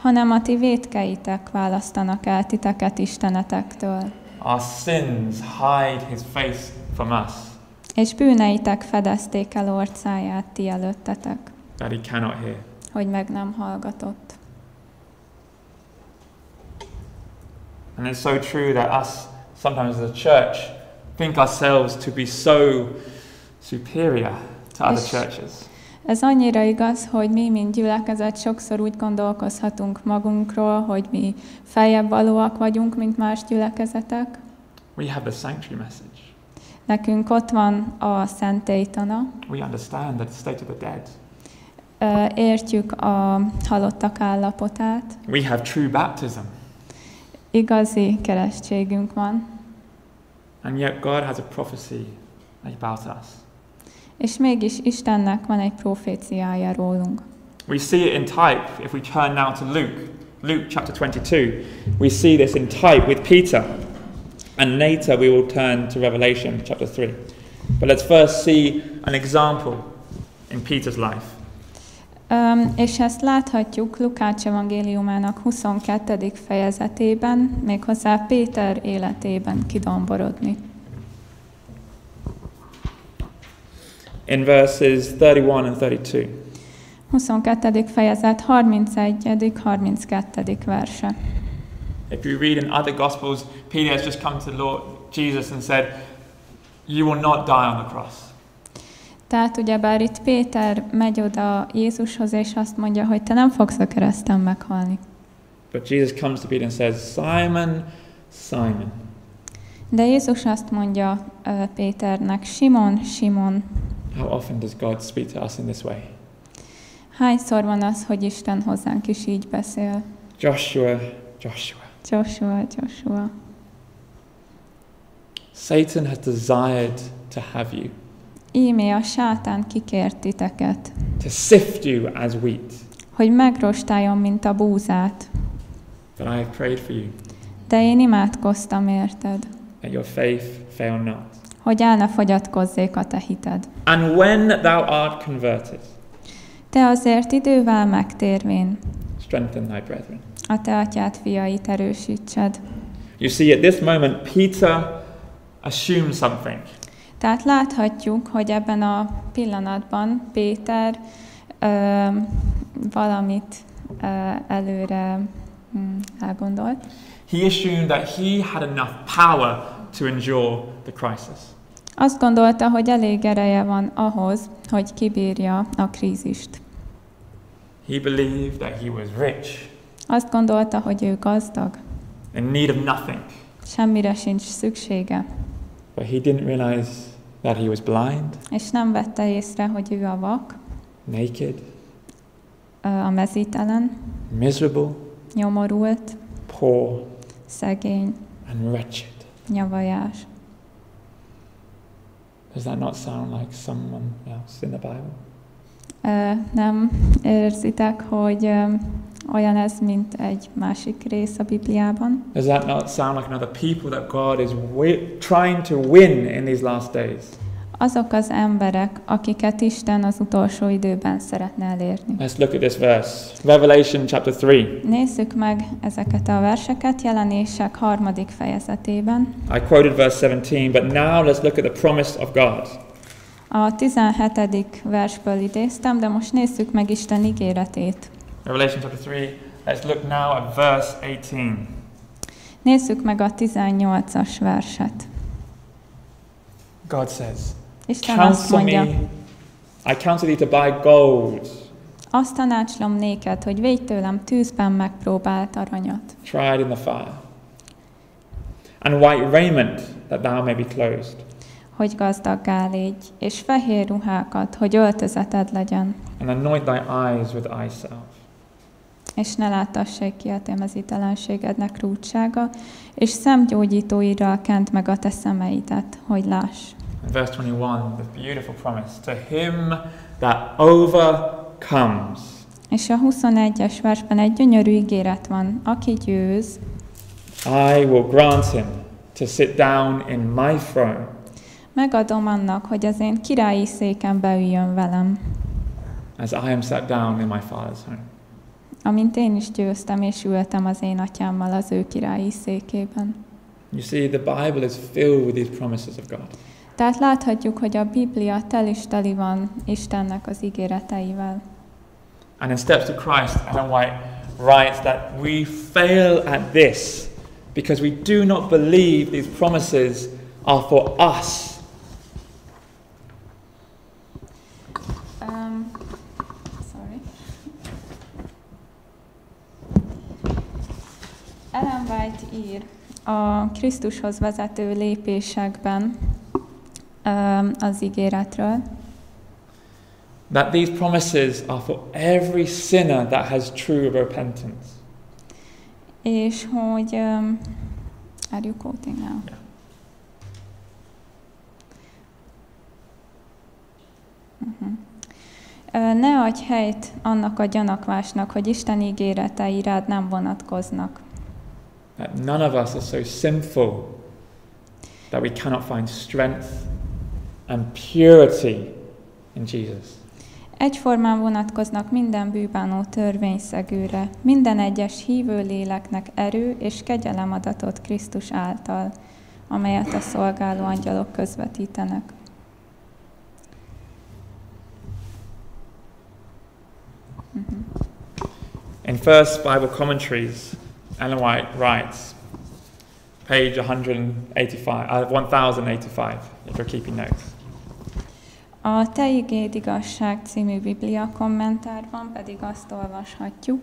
[SPEAKER 2] hanem a ti vétkeitek választanak el titeket Istenetektől,
[SPEAKER 1] Our sins hide his face from us
[SPEAKER 2] és bűneitek fedezték el orcáját ti előttetek,
[SPEAKER 1] that he cannot hear.
[SPEAKER 2] hogy meg nem hallgatott.
[SPEAKER 1] And it's so true that us, sometimes as a church, think ourselves to be so superior to other
[SPEAKER 2] Yes.
[SPEAKER 1] churches.
[SPEAKER 2] Ez annyira igaz, hogy mi, mint gyülekezet, sokszor úgy gondolkozhatunk magunkról, hogy mi feljebb valóak vagyunk, mint más gyülekezetek.
[SPEAKER 1] We have the sanctuary message.
[SPEAKER 2] Nekünk ott van a szentélytana,
[SPEAKER 1] We understand the state of the dead.
[SPEAKER 2] Ö, értjük a halottak állapotát,
[SPEAKER 1] We have true baptism.
[SPEAKER 2] igazi keresztségünk van,
[SPEAKER 1] And yet God has a prophecy about us.
[SPEAKER 2] és mégis Istennek van egy proféciája rólunk.
[SPEAKER 1] We see it in type if we turn now to Luke, Luke chapter 22. We see this in type with Peter. And later we will turn to Revelation chapter 3. But let's first see an example in Peter's life.
[SPEAKER 2] Öm, és ezt láthatjuk Lukács evangéliumának 22. fejezetében, méghozzá Péter életében kidomborodni.
[SPEAKER 1] In verses 31 and 32,
[SPEAKER 2] 22. fejezet 31. 32. verse.
[SPEAKER 1] if you read in other Gospels, Peter has just come to Lord Jesus and said, You will not die on the cross.
[SPEAKER 2] Tehát ugyebár itt Péter megy oda Jézushoz, és azt mondja, hogy te nem fogsz a kereszten meghalni.
[SPEAKER 1] But Jesus comes to Peter and says, Simon, Simon,
[SPEAKER 2] De Jézus azt mondja ö, Péternek, Simon, Simon,
[SPEAKER 1] how often does God speak to us in this way?
[SPEAKER 2] hányszor van az, hogy Isten hozzánk is így beszél?
[SPEAKER 1] Joshua, Joshua.
[SPEAKER 2] Joshua, Joshua.
[SPEAKER 1] Satan has desired to have you,
[SPEAKER 2] Ímé a sátán kikért titeket,
[SPEAKER 1] to sift you as wheat.
[SPEAKER 2] hogy megrostáljon, mint a búzát.
[SPEAKER 1] But I have prayed for you,
[SPEAKER 2] De én imádkoztam, érted?
[SPEAKER 1] that your faith fail not.
[SPEAKER 2] Hogy el ne fogyatkozzék a te hited.
[SPEAKER 1] And when thou art converted,
[SPEAKER 2] Te azért idővel megtérvén
[SPEAKER 1] strengthen thy brethren.
[SPEAKER 2] a te atyád fiait erősítsed.
[SPEAKER 1] You see, at this moment, Peter assumes something.
[SPEAKER 2] Tehát láthatjuk, hogy ebben a pillanatban Péter ö, valamit ö, előre mm, elgondolt.
[SPEAKER 1] He assumed that he had enough power to endure the crisis.
[SPEAKER 2] Azt gondolta, hogy elég ereje van ahhoz, hogy kibírja a krízist.
[SPEAKER 1] He believed that he was rich,
[SPEAKER 2] Azt gondolta, hogy ő gazdag,
[SPEAKER 1] in need of nothing.
[SPEAKER 2] semmire sincs szüksége,
[SPEAKER 1] But he didn't realize that he was blind,
[SPEAKER 2] és nem vette észre, hogy ő a vak,
[SPEAKER 1] naked,
[SPEAKER 2] ö, a mezítelen,
[SPEAKER 1] miserable,
[SPEAKER 2] nyomorult,
[SPEAKER 1] poor,
[SPEAKER 2] szegény,
[SPEAKER 1] and wretched.
[SPEAKER 2] nyavajás.
[SPEAKER 1] Does that not sound like someone else in the Bible?
[SPEAKER 2] Ö, Nem érzitek, hogy ö, olyan ez, mint egy másik rész a Bibliában?
[SPEAKER 1] Does that not sound like another people that God is wi- trying to win in these last days?
[SPEAKER 2] Azok az emberek, akiket Isten az utolsó időben szeretne elérni.
[SPEAKER 1] Let's look at this verse Revelation chapter 3.
[SPEAKER 2] Nézzük meg ezeket a verseket jelenések harmadik fejezetében.
[SPEAKER 1] I quoted verse 17, but now let's look at the promise of God.
[SPEAKER 2] A 17. versből idéztem, de most nézzük meg Isten ígéretét.
[SPEAKER 1] Revelation chapter 3, let's look now at verse 18.
[SPEAKER 2] Nézzük meg a 18-as verset.
[SPEAKER 1] God says,
[SPEAKER 2] Isten azt
[SPEAKER 1] Counsel
[SPEAKER 2] mondja,
[SPEAKER 1] me, I counsel thee to buy gold
[SPEAKER 2] azt tanácslom néked, hogy védj tőlem tűzben megpróbált aranyat,
[SPEAKER 1] tried in the fire, and white raiment that thou may be clothed,
[SPEAKER 2] hogy gazdaggá légy, és fehér ruhákat, hogy öltözeted legyen,
[SPEAKER 1] and anoint thy eyes with eye salve.
[SPEAKER 2] és ne láttassék ki a te mezítelenségednek rútsága, és szemgyógyítóirral kent meg a te szemeidet, hogy láss.
[SPEAKER 1] In verse 21, the beautiful promise to him that overcomes,
[SPEAKER 2] És a 21-es versben egy gyönyörű ígéret van, aki győz,
[SPEAKER 1] I will grant him to sit down in my throne,
[SPEAKER 2] megadom annak, hogy az én királyi széken beüljön velem,
[SPEAKER 1] as I am sat down in my father's home.
[SPEAKER 2] amint én is győztem és ültem az én atyámmal az ő királyi székében.
[SPEAKER 1] You see, the Bible is filled with these promises of God.
[SPEAKER 2] Tehát láthatjuk, hogy a Biblia tel is teli van Istennek az ígéreteivel.
[SPEAKER 1] And in steps to Christ, Ellen White writes that we fail at this because we do not believe these promises are for us.
[SPEAKER 2] Um, sorry. Ellen White ír a Krisztushoz vezető lépésekben um, az ígéretről,
[SPEAKER 1] That these promises are for every sinner that has true repentance.
[SPEAKER 2] és hogy um, are you quoting now?
[SPEAKER 1] Yeah.
[SPEAKER 2] Mhm. Ö, Ne adj helyt annak a gyanakvásnak, hogy Isten ígéretei rád nem vonatkoznak.
[SPEAKER 1] That none of us are so sinful that we cannot find strength and purity in Jesus.
[SPEAKER 2] Egyformán vonatkoznak minden bűbánó törvényszegőre, minden egyes hívő léleknek erő és kegyelem adatot Krisztus által, amelyet a szolgáló angyalok közvetítenek. Mhm.
[SPEAKER 1] In First Bible Commentaries, Ellen White writes, page 185, uh, 1085, if you're keeping notes.
[SPEAKER 2] A Te igéd igazság című Biblia kommentárban pedig azt olvashatjuk,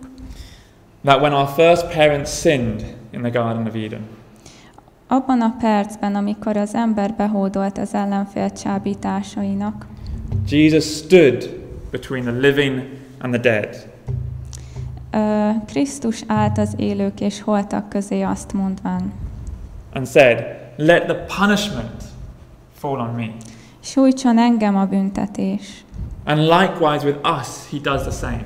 [SPEAKER 1] That when our first parents sinned in the Garden of Eden,
[SPEAKER 2] abban a percben, amikor az ember behódolt az ellenfél csábításainak,
[SPEAKER 1] Jesus stood between the living and the dead.
[SPEAKER 2] ö, Krisztus állt az élők és holtak közé azt mondván,
[SPEAKER 1] and said, Let the punishment fall on me.
[SPEAKER 2] sújtson engem a büntetés,
[SPEAKER 1] And likewise with us, he does the same.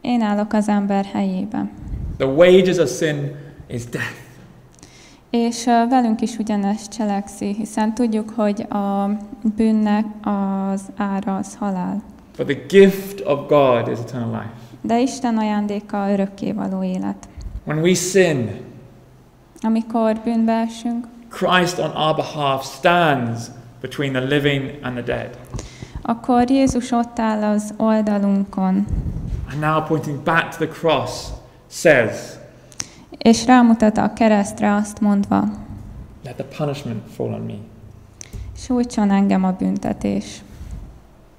[SPEAKER 2] én állok az ember helyébe.
[SPEAKER 1] The wages of sin is death,
[SPEAKER 2] És ö, velünk is ugyanezt cselekszi, hiszen tudjuk, hogy a bűnnek az ára az halál.
[SPEAKER 1] but the gift of God is eternal life.
[SPEAKER 2] De Isten ajándéka örökkévaló élet.
[SPEAKER 1] When we sin,
[SPEAKER 2] Amikor bűnbe esünk,
[SPEAKER 1] Christ on our behalf stands between the living and the dead.
[SPEAKER 2] akkor Jézus ott áll az oldalunkon,
[SPEAKER 1] And now, pointing back to the cross, says,
[SPEAKER 2] és rámutat a keresztre azt mondva,
[SPEAKER 1] Let the punishment fall on me.
[SPEAKER 2] sújtson engem a büntetés.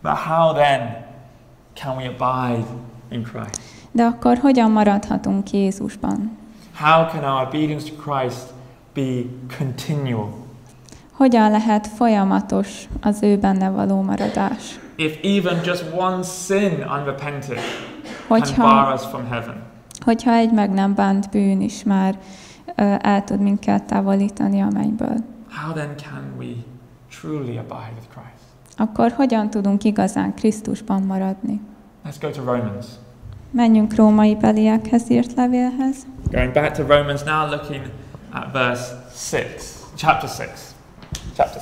[SPEAKER 1] But how then can we abide in Christ?
[SPEAKER 2] De akkor hogyan maradhatunk Jézusban?
[SPEAKER 1] How can our obedience to Christ be continual?
[SPEAKER 2] Hogyan lehet folyamatos az ő benne való maradás?
[SPEAKER 1] If even just one sin unrepented can bar
[SPEAKER 2] Hogyha,
[SPEAKER 1] us from heaven.
[SPEAKER 2] hogyha egy meg nem bánt bűn is már ö, el tud minket távolítani a mennyből,
[SPEAKER 1] How then can we truly abide with Christ?
[SPEAKER 2] akkor hogyan tudunk igazán Krisztusban maradni?
[SPEAKER 1] Let's go to Romans.
[SPEAKER 2] Menjünk római beliekhez írt levélhez.
[SPEAKER 1] Going back to Romans now, looking at verse 6, chapter 6, chapter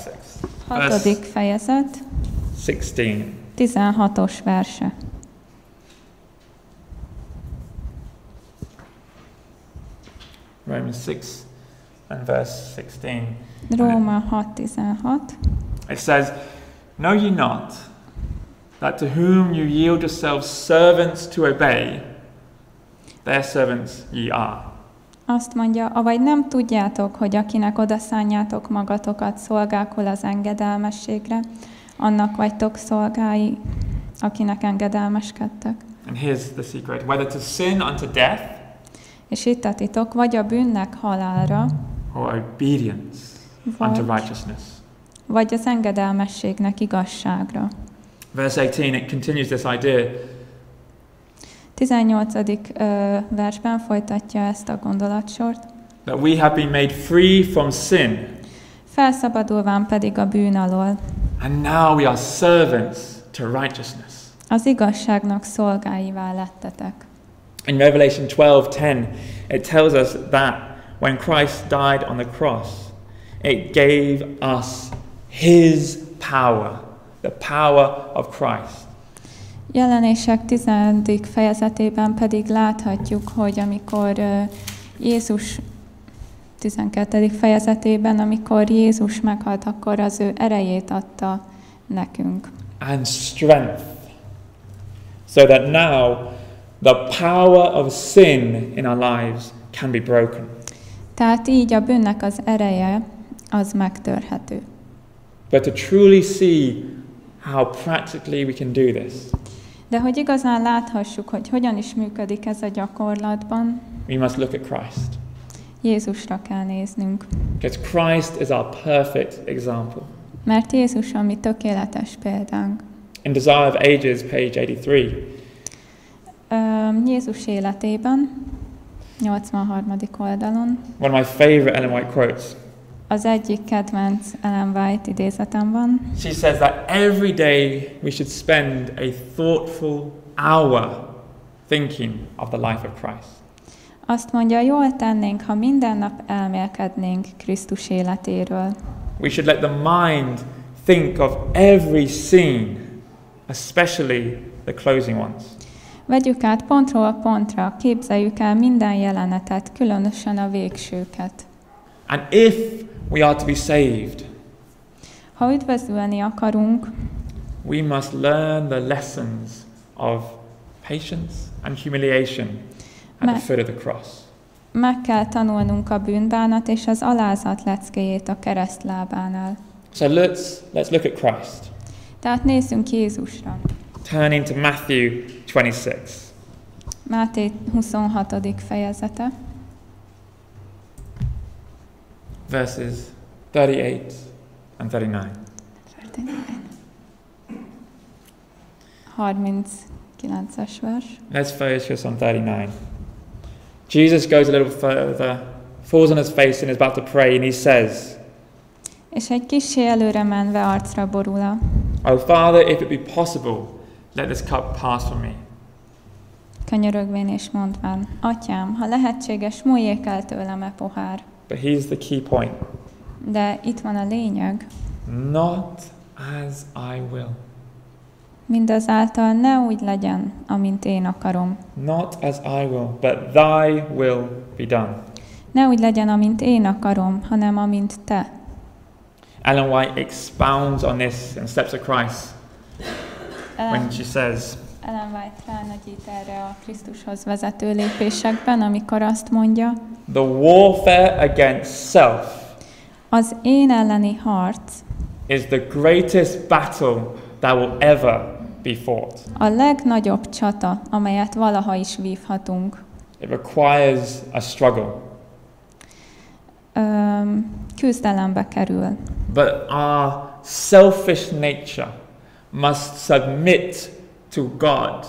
[SPEAKER 1] 6,
[SPEAKER 2] Hatodik fejezet,
[SPEAKER 1] 16.
[SPEAKER 2] 16-os verse.
[SPEAKER 1] Romans 6 and verse 16.
[SPEAKER 2] Róma 6.16.
[SPEAKER 1] It says, Know ye not that to whom you yield yourselves servants to obey, their servants ye are,
[SPEAKER 2] Azt mondja, avagy nem tudjátok, hogy akinek odaszánjátok magatokat szolgákul az engedelmességre, annak vagytok szolgái, akinek engedelmeskedtek.
[SPEAKER 1] and here's the secret whether to sin unto death
[SPEAKER 2] És itt a titok, vagy a bűnnek halálra,
[SPEAKER 1] or obedience unto
[SPEAKER 2] vagy,
[SPEAKER 1] righteousness.
[SPEAKER 2] vagy az engedelmességnek igazságra.
[SPEAKER 1] Verse 18, it continues this idea
[SPEAKER 2] 18. ö, versben folytatja ezt a gondolatsort.
[SPEAKER 1] that we have been made free from sin,
[SPEAKER 2] Felszabadulván pedig a bűn alól,
[SPEAKER 1] and now we are servants to righteousness.
[SPEAKER 2] az igazságnak szolgáivá lettetek.
[SPEAKER 1] In Revelation 12:10, it tells us that when Christ died on the cross, it gave us his power, the power of Christ.
[SPEAKER 2] Jelenések 10. fejezetében pedig láthatjuk, hogy amikor ö, Jézus 12. fejezetében, amikor Jézus meghalt, akkor az ő erejét adta nekünk.
[SPEAKER 1] and strength. So that now the power of sin in our lives can be broken.
[SPEAKER 2] Tehát így a bűnnek az ereje az megtörhető.
[SPEAKER 1] But to truly see how practically we can do this,
[SPEAKER 2] De hogy igazán láthassuk, hogy hogyan is működik ez a gyakorlatban,
[SPEAKER 1] we must look at Christ.
[SPEAKER 2] Jézusra kell néznünk.
[SPEAKER 1] Because Christ is our perfect example.
[SPEAKER 2] Mert Jézus a mi tökéletes példánk.
[SPEAKER 1] In Desire of Ages, page 83,
[SPEAKER 2] Ö, Jézus életében, 83. oldalon,
[SPEAKER 1] one of my favorite Ellen White quotes,
[SPEAKER 2] az egyik kedvenc Ellen White idézetem van,
[SPEAKER 1] she says that every day we should spend a thoughtful hour thinking of the life of Christ.
[SPEAKER 2] Azt mondja, jól tennénk, ha minden nap elmélkednénk Krisztus életéről.
[SPEAKER 1] We should let the mind think of every scene, especially the closing ones.
[SPEAKER 2] Vegyük át pontról pontra, képzeljük el minden jelenetet, különösen a végsőket.
[SPEAKER 1] And if we are to be saved,
[SPEAKER 2] Ha üdvözülni akarunk,
[SPEAKER 1] we must learn the lessons of patience and humiliation at
[SPEAKER 2] Ma-
[SPEAKER 1] the foot of the cross.
[SPEAKER 2] meg kell tanulnunk a bűnbánat és az alázat leckéjét a kereszt lábánál.
[SPEAKER 1] So let's, let's look at Christ.
[SPEAKER 2] Tehát nézzünk Jézusra.
[SPEAKER 1] Turning to Matthew 26.
[SPEAKER 2] Máté 26. fejezete,
[SPEAKER 1] verses 38 and 39.
[SPEAKER 2] 39-es vers.
[SPEAKER 1] Let's focus on 39. Jesus goes a little further, falls on his face, and is about to pray, and he says,
[SPEAKER 2] És egy kicsi előre menve arcra borul a
[SPEAKER 1] O "Oh, Father, if it be possible, let this cup pass from me.
[SPEAKER 2] Könyörögvén és mondván, Atyám, ha lehetséges, múljék el tőlem e pohár.
[SPEAKER 1] But here's the key point
[SPEAKER 2] De itt van a lényeg,
[SPEAKER 1] Not as I will.
[SPEAKER 2] mindazáltal ne úgy legyen, amint én akarom.
[SPEAKER 1] Not as I will, but thy will be done.
[SPEAKER 2] Ne úgy legyen, amint én akarom, hanem amint te.
[SPEAKER 1] Ellen White expounds on this in Steps of Christ
[SPEAKER 2] Ellen,
[SPEAKER 1] when she says,
[SPEAKER 2] Ellen White ránagyít erre a Krisztushoz vezető lépésekben, amikor azt mondja,
[SPEAKER 1] The warfare against self
[SPEAKER 2] az én elleni harc
[SPEAKER 1] is the greatest battle that will ever be fought.
[SPEAKER 2] a legnagyobb csata, amelyet valaha is vívhatunk.
[SPEAKER 1] It requires a struggle,
[SPEAKER 2] Öm, küzdelembe kerül.
[SPEAKER 1] but our selfish nature must submit to God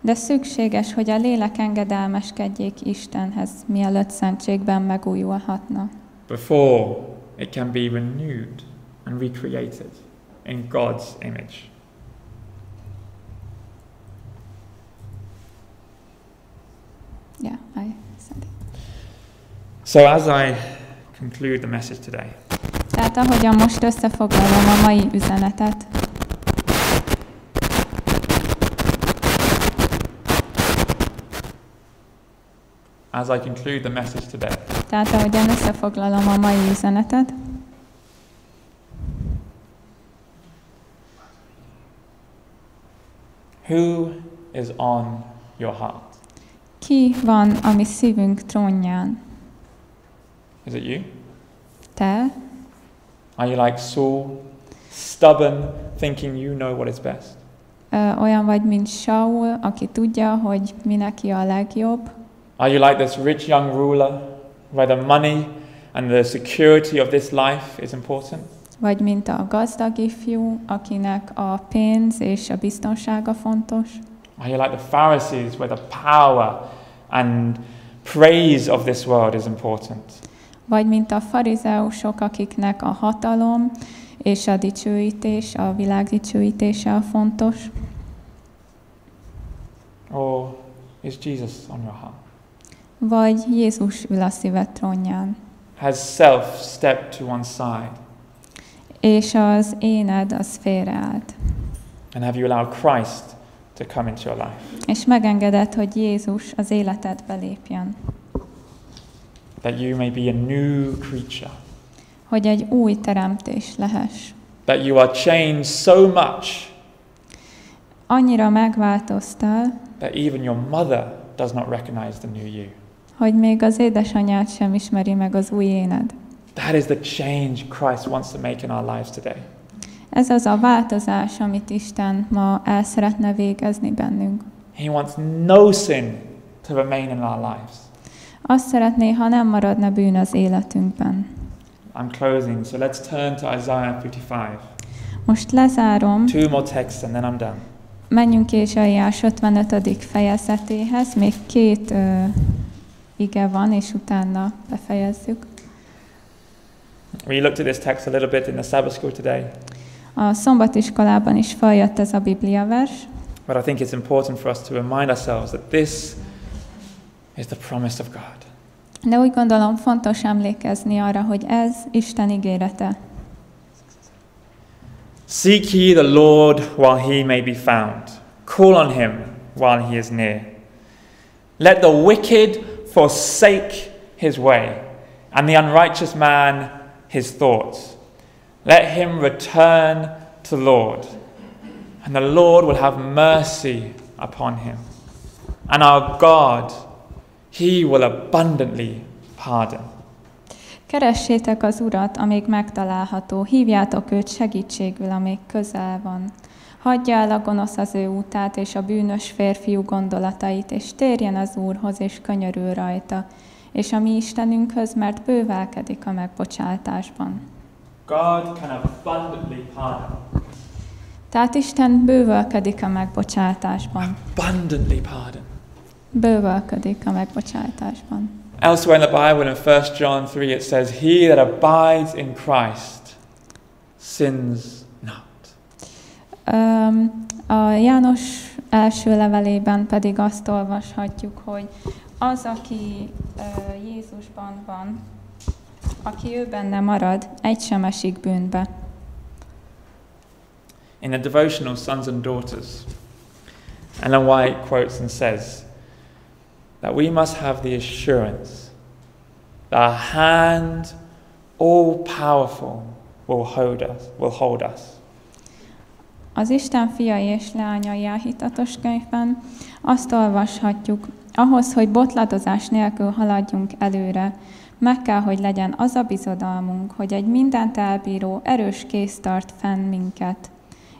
[SPEAKER 2] De szükséges, hogy a lélek engedelmeskedjék Istenhez, mielőtt szentségben megújulhatna,
[SPEAKER 1] before it can be renewed and recreated in God's image.
[SPEAKER 2] Yeah, I said it.
[SPEAKER 1] So, as I conclude the message today,
[SPEAKER 2] Tehát ahogyan most összefoglalom a mai üzenetet,
[SPEAKER 1] as I conclude the message today,
[SPEAKER 2] tehát ahogyan összefoglalom a mai üzenetet,
[SPEAKER 1] who is on your heart?
[SPEAKER 2] ki van a mi szívünk trónján?
[SPEAKER 1] Is it you?
[SPEAKER 2] Te?
[SPEAKER 1] Are you like Saul, stubborn, thinking you know what is best?
[SPEAKER 2] Ö, Olyan vagy, mint Saul, aki tudja, hogy mi neki a legjobb?
[SPEAKER 1] Are you like this rich young ruler, where the money and the security of this life is important?
[SPEAKER 2] Vagy mint a gazdag ifjú, akinek a pénz és a biztonsága fontos?
[SPEAKER 1] Are you like the Pharisees, where the power and praise of this world is important?
[SPEAKER 2] Vagy mint a farizeusok, akiknek a hatalom és a dicsőítés, a világ dicsőítése a fontos,
[SPEAKER 1] Or is Jesus on your heart?
[SPEAKER 2] vagy Jézus ül a szíved trónján,
[SPEAKER 1] Has self stepped to one side?
[SPEAKER 2] és az éned az félreállt,
[SPEAKER 1] And have you allowed Christ to come into your life?
[SPEAKER 2] és megengedett, hogy Jézus az életedbe lépjen,
[SPEAKER 1] That you may be a new creature.
[SPEAKER 2] hogy egy új teremtés lehess.
[SPEAKER 1] That you are changed so much
[SPEAKER 2] Annyira megváltoztál,
[SPEAKER 1] that even your mother does not recognize the new you.
[SPEAKER 2] hogy még az édesanyád sem ismeri meg az új éned.
[SPEAKER 1] That is the change Christ wants to make in our lives today.
[SPEAKER 2] Ez az a változás, amit Isten ma el szeretne végezni bennünk.
[SPEAKER 1] He wants no sin to remain in our lives.
[SPEAKER 2] Azt szeretné, ha nem maradna bűn az életünkben.
[SPEAKER 1] I'm closing, so let's turn to Isaiah 55.
[SPEAKER 2] Most lezárom,
[SPEAKER 1] Two more texts and then I'm done.
[SPEAKER 2] menjünk Ézsaiás 55. fejezetéhez, még két ö, ige van, és utána befejezzük.
[SPEAKER 1] We looked at this text a little bit in the Sabbath school today,
[SPEAKER 2] A szombatiskolában is feljött ez a bibliavers,
[SPEAKER 1] but I think it's important for us to remind ourselves that this is the promise of God.
[SPEAKER 2] de úgy gondolom fontos emlékezni arra, hogy ez Isten ígérete.
[SPEAKER 1] Seek ye the Lord while he may be found. Call on him while he is near. Let the wicked forsake his way, and the unrighteous man his thoughts. Let him return to the Lord, and the Lord will have mercy upon him. And our God, he will abundantly pardon.
[SPEAKER 2] Keressétek az Urat, amíg megtalálható, hívjátok őt segítségül, amíg közel van. Hagyja el a gonosz az ő útát és a bűnös férfiú gondolatait, és térjen az Úrhoz, és könyörül rajta, és a mi Istenünkhöz, mert bővelkedik a megbocsátásban.
[SPEAKER 1] God can abundantly pardon.
[SPEAKER 2] Tehát Isten bővelkedik a megbocsátásban.
[SPEAKER 1] Abundantly pardon.
[SPEAKER 2] Bővelkedik a megbocsátásban.
[SPEAKER 1] Elsewhere in the Bible, in 1 John 3, it says, He that abides in Christ sins not.
[SPEAKER 2] Öm, A János első levelében pedig azt olvashatjuk, hogy az, aki ö, Jézusban van, aki ő benne marad, egy sem esik bűnbe.
[SPEAKER 1] In the devotional Sons and Daughters, Ellen White quotes and says that we must have the assurance that our hand, all powerful, will hold us. Will hold us.
[SPEAKER 2] Az Isten fiai és leányai a hitatos könyvben azt olvashatjuk, ahhoz, hogy botladozás nélkül haladjunk előre, meg kell, hogy legyen az a bizodalmunk, hogy egy mindent elbíró erős kéz tart fenn minket,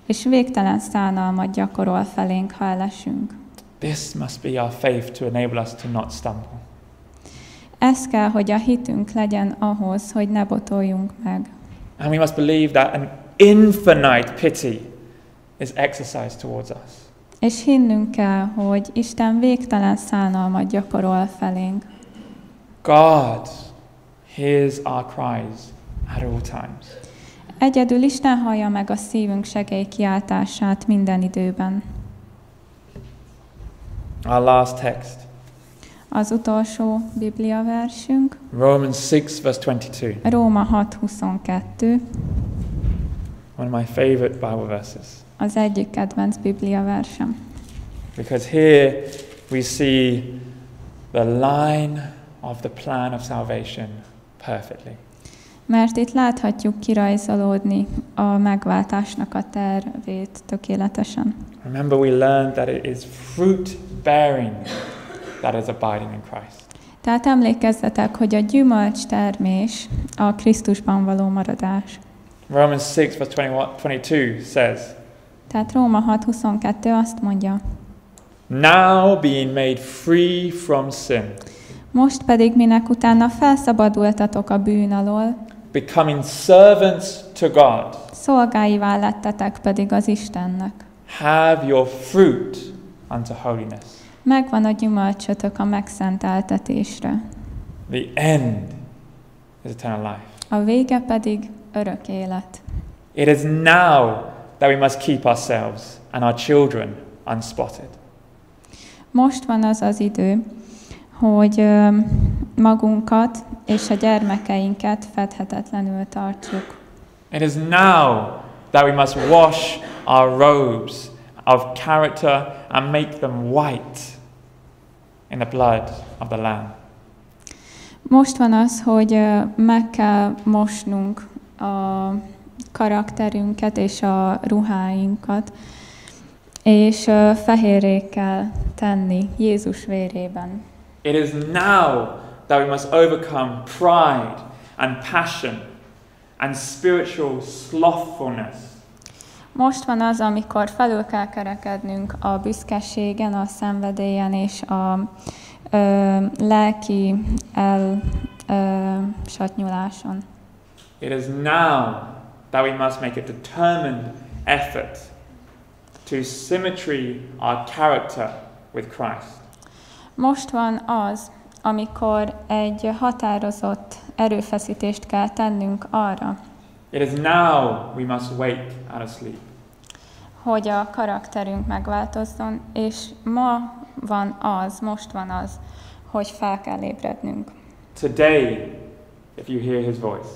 [SPEAKER 2] és végtelen szánalmat gyakorol felénk, ha elesünk.
[SPEAKER 1] This must be our faith to enable us to not stumble.
[SPEAKER 2] Ez kell, hogy a hitünk legyen ahhoz, hogy ne botoljunk meg.
[SPEAKER 1] And we must believe that an infinite pity is exercised towards us.
[SPEAKER 2] És hinnünk kell, hogy Isten végtelen szánalmat gyakorol felénk.
[SPEAKER 1] God hears our cries at all times.
[SPEAKER 2] Egyedül Isten hallja meg a szívünk segélykiáltását minden időben.
[SPEAKER 1] Our last text,
[SPEAKER 2] Az utolsó Biblia versünk,
[SPEAKER 1] Romans 6, verse 22,
[SPEAKER 2] Róma 6.22,
[SPEAKER 1] one of my favorite Bible verses.
[SPEAKER 2] az egyik kedvenc Biblia versem.
[SPEAKER 1] Because here we see the line of the plan of salvation perfectly.
[SPEAKER 2] Mert itt láthatjuk kirajzolódni a megváltásnak a tervét tökéletesen.
[SPEAKER 1] Remember, we learned that it is fruit bearing that is abiding in Christ.
[SPEAKER 2] Tehát emlékezzetek, hogy a gyümölcs termés a Krisztusban való maradás.
[SPEAKER 1] Romans 6, verse 21 22 says,
[SPEAKER 2] Tehát Róma 6.22 azt mondja,
[SPEAKER 1] Now being made free from sin,
[SPEAKER 2] most pedig minek utána felszabadultatok a bűn alól,
[SPEAKER 1] becoming servants to God.
[SPEAKER 2] Szolgáivá lettetek pedig az Istennek.
[SPEAKER 1] Have your fruit unto holiness,
[SPEAKER 2] Megvan a gyümölcsötök a megszenteltetésre,
[SPEAKER 1] the end is eternal life.
[SPEAKER 2] a vége pedig örök élet.
[SPEAKER 1] It is now that we must keep ourselves and our children unspotted.
[SPEAKER 2] Most van az az idő, hogy ö, magunkat és a gyermekeinket fedhetetlenül tartsuk.
[SPEAKER 1] It is now that we must wash our robes of character and make them white in the blood of the Lamb.
[SPEAKER 2] Most van az, hogy ö, meg kell mosnunk a karakterünket és a ruháinkat, és ö, fehérré kell tenni Jézus vérében.
[SPEAKER 1] It is now that we must overcome pride and passion and spiritual slothfulness.
[SPEAKER 2] Most van az, amikor felül kell kerekednünk a büszkeségen, a szenvedélyen és a ö, lelki el ö, satnyuláson.
[SPEAKER 1] It is now that we must make a determined effort to symmetry our character with Christ.
[SPEAKER 2] Most van az, amikor egy határozott erőfeszítést kell tennünk arra,
[SPEAKER 1] It is now we must wake out of sleep.
[SPEAKER 2] hogy a karakterünk megváltozzon, és ma van az, most van az, hogy fel kell ébrednünk.
[SPEAKER 1] Today, if you hear his voice,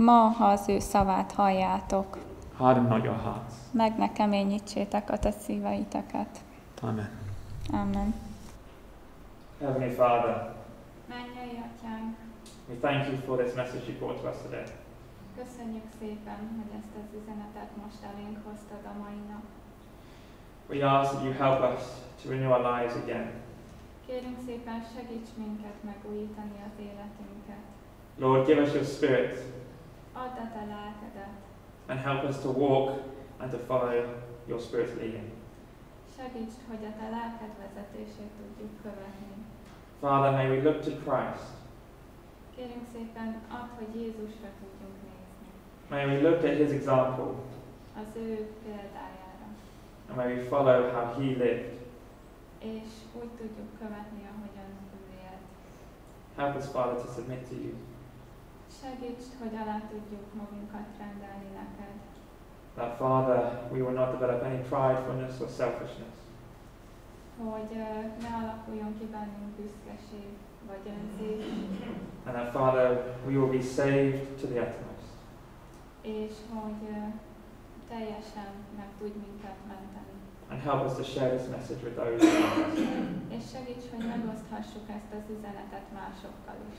[SPEAKER 2] Ma, ha az ő szavát halljátok,
[SPEAKER 1] harden not your hearts.
[SPEAKER 2] meg ne keményítsétek a te szíveiteket.
[SPEAKER 1] Amen.
[SPEAKER 2] Amen.
[SPEAKER 1] Heavenly Father,
[SPEAKER 2] Menjél, atyánk,
[SPEAKER 1] we thank you for this message you brought to us today.
[SPEAKER 2] köszönjük szépen, hogy ezt az üzenetet most elénk hoztad a mai nap.
[SPEAKER 1] We ask that you help us to renew our lives again.
[SPEAKER 2] Kérünk szépen, segíts minket megújítani az életünket.
[SPEAKER 1] Lord, give us your spirit
[SPEAKER 2] Add a te lelkedet,
[SPEAKER 1] and help us to walk and to follow your spirit's leading.
[SPEAKER 2] segíts, hogy a te lelked vezetését tudjuk követni.
[SPEAKER 1] Father, may we look to Christ.
[SPEAKER 2] Kérünk szépen, add, hogy Jézusra tudjunk nézni,
[SPEAKER 1] May we look at his example
[SPEAKER 2] az ő példájára,
[SPEAKER 1] and may we follow how he lived.
[SPEAKER 2] és úgy tudjuk követni, ahogyan ő élt.
[SPEAKER 1] Help us, Father, to submit to you.
[SPEAKER 2] Segíts, hogy alá tudjuk magunkat rendelni neked,
[SPEAKER 1] That, Father, we will not develop any pridefulness or selfishness.
[SPEAKER 2] hogy ö, ne alakuljon ki bennünk büszkeség vagy önzés,
[SPEAKER 1] And that, Father, we will be saved to the uttermost.
[SPEAKER 2] és hogy ö, teljesen meg tudj minket menteni.
[SPEAKER 1] And help us to share this message with those around us.
[SPEAKER 2] És segíts, hogy megoszthassuk ezt az üzenetet másokkal is.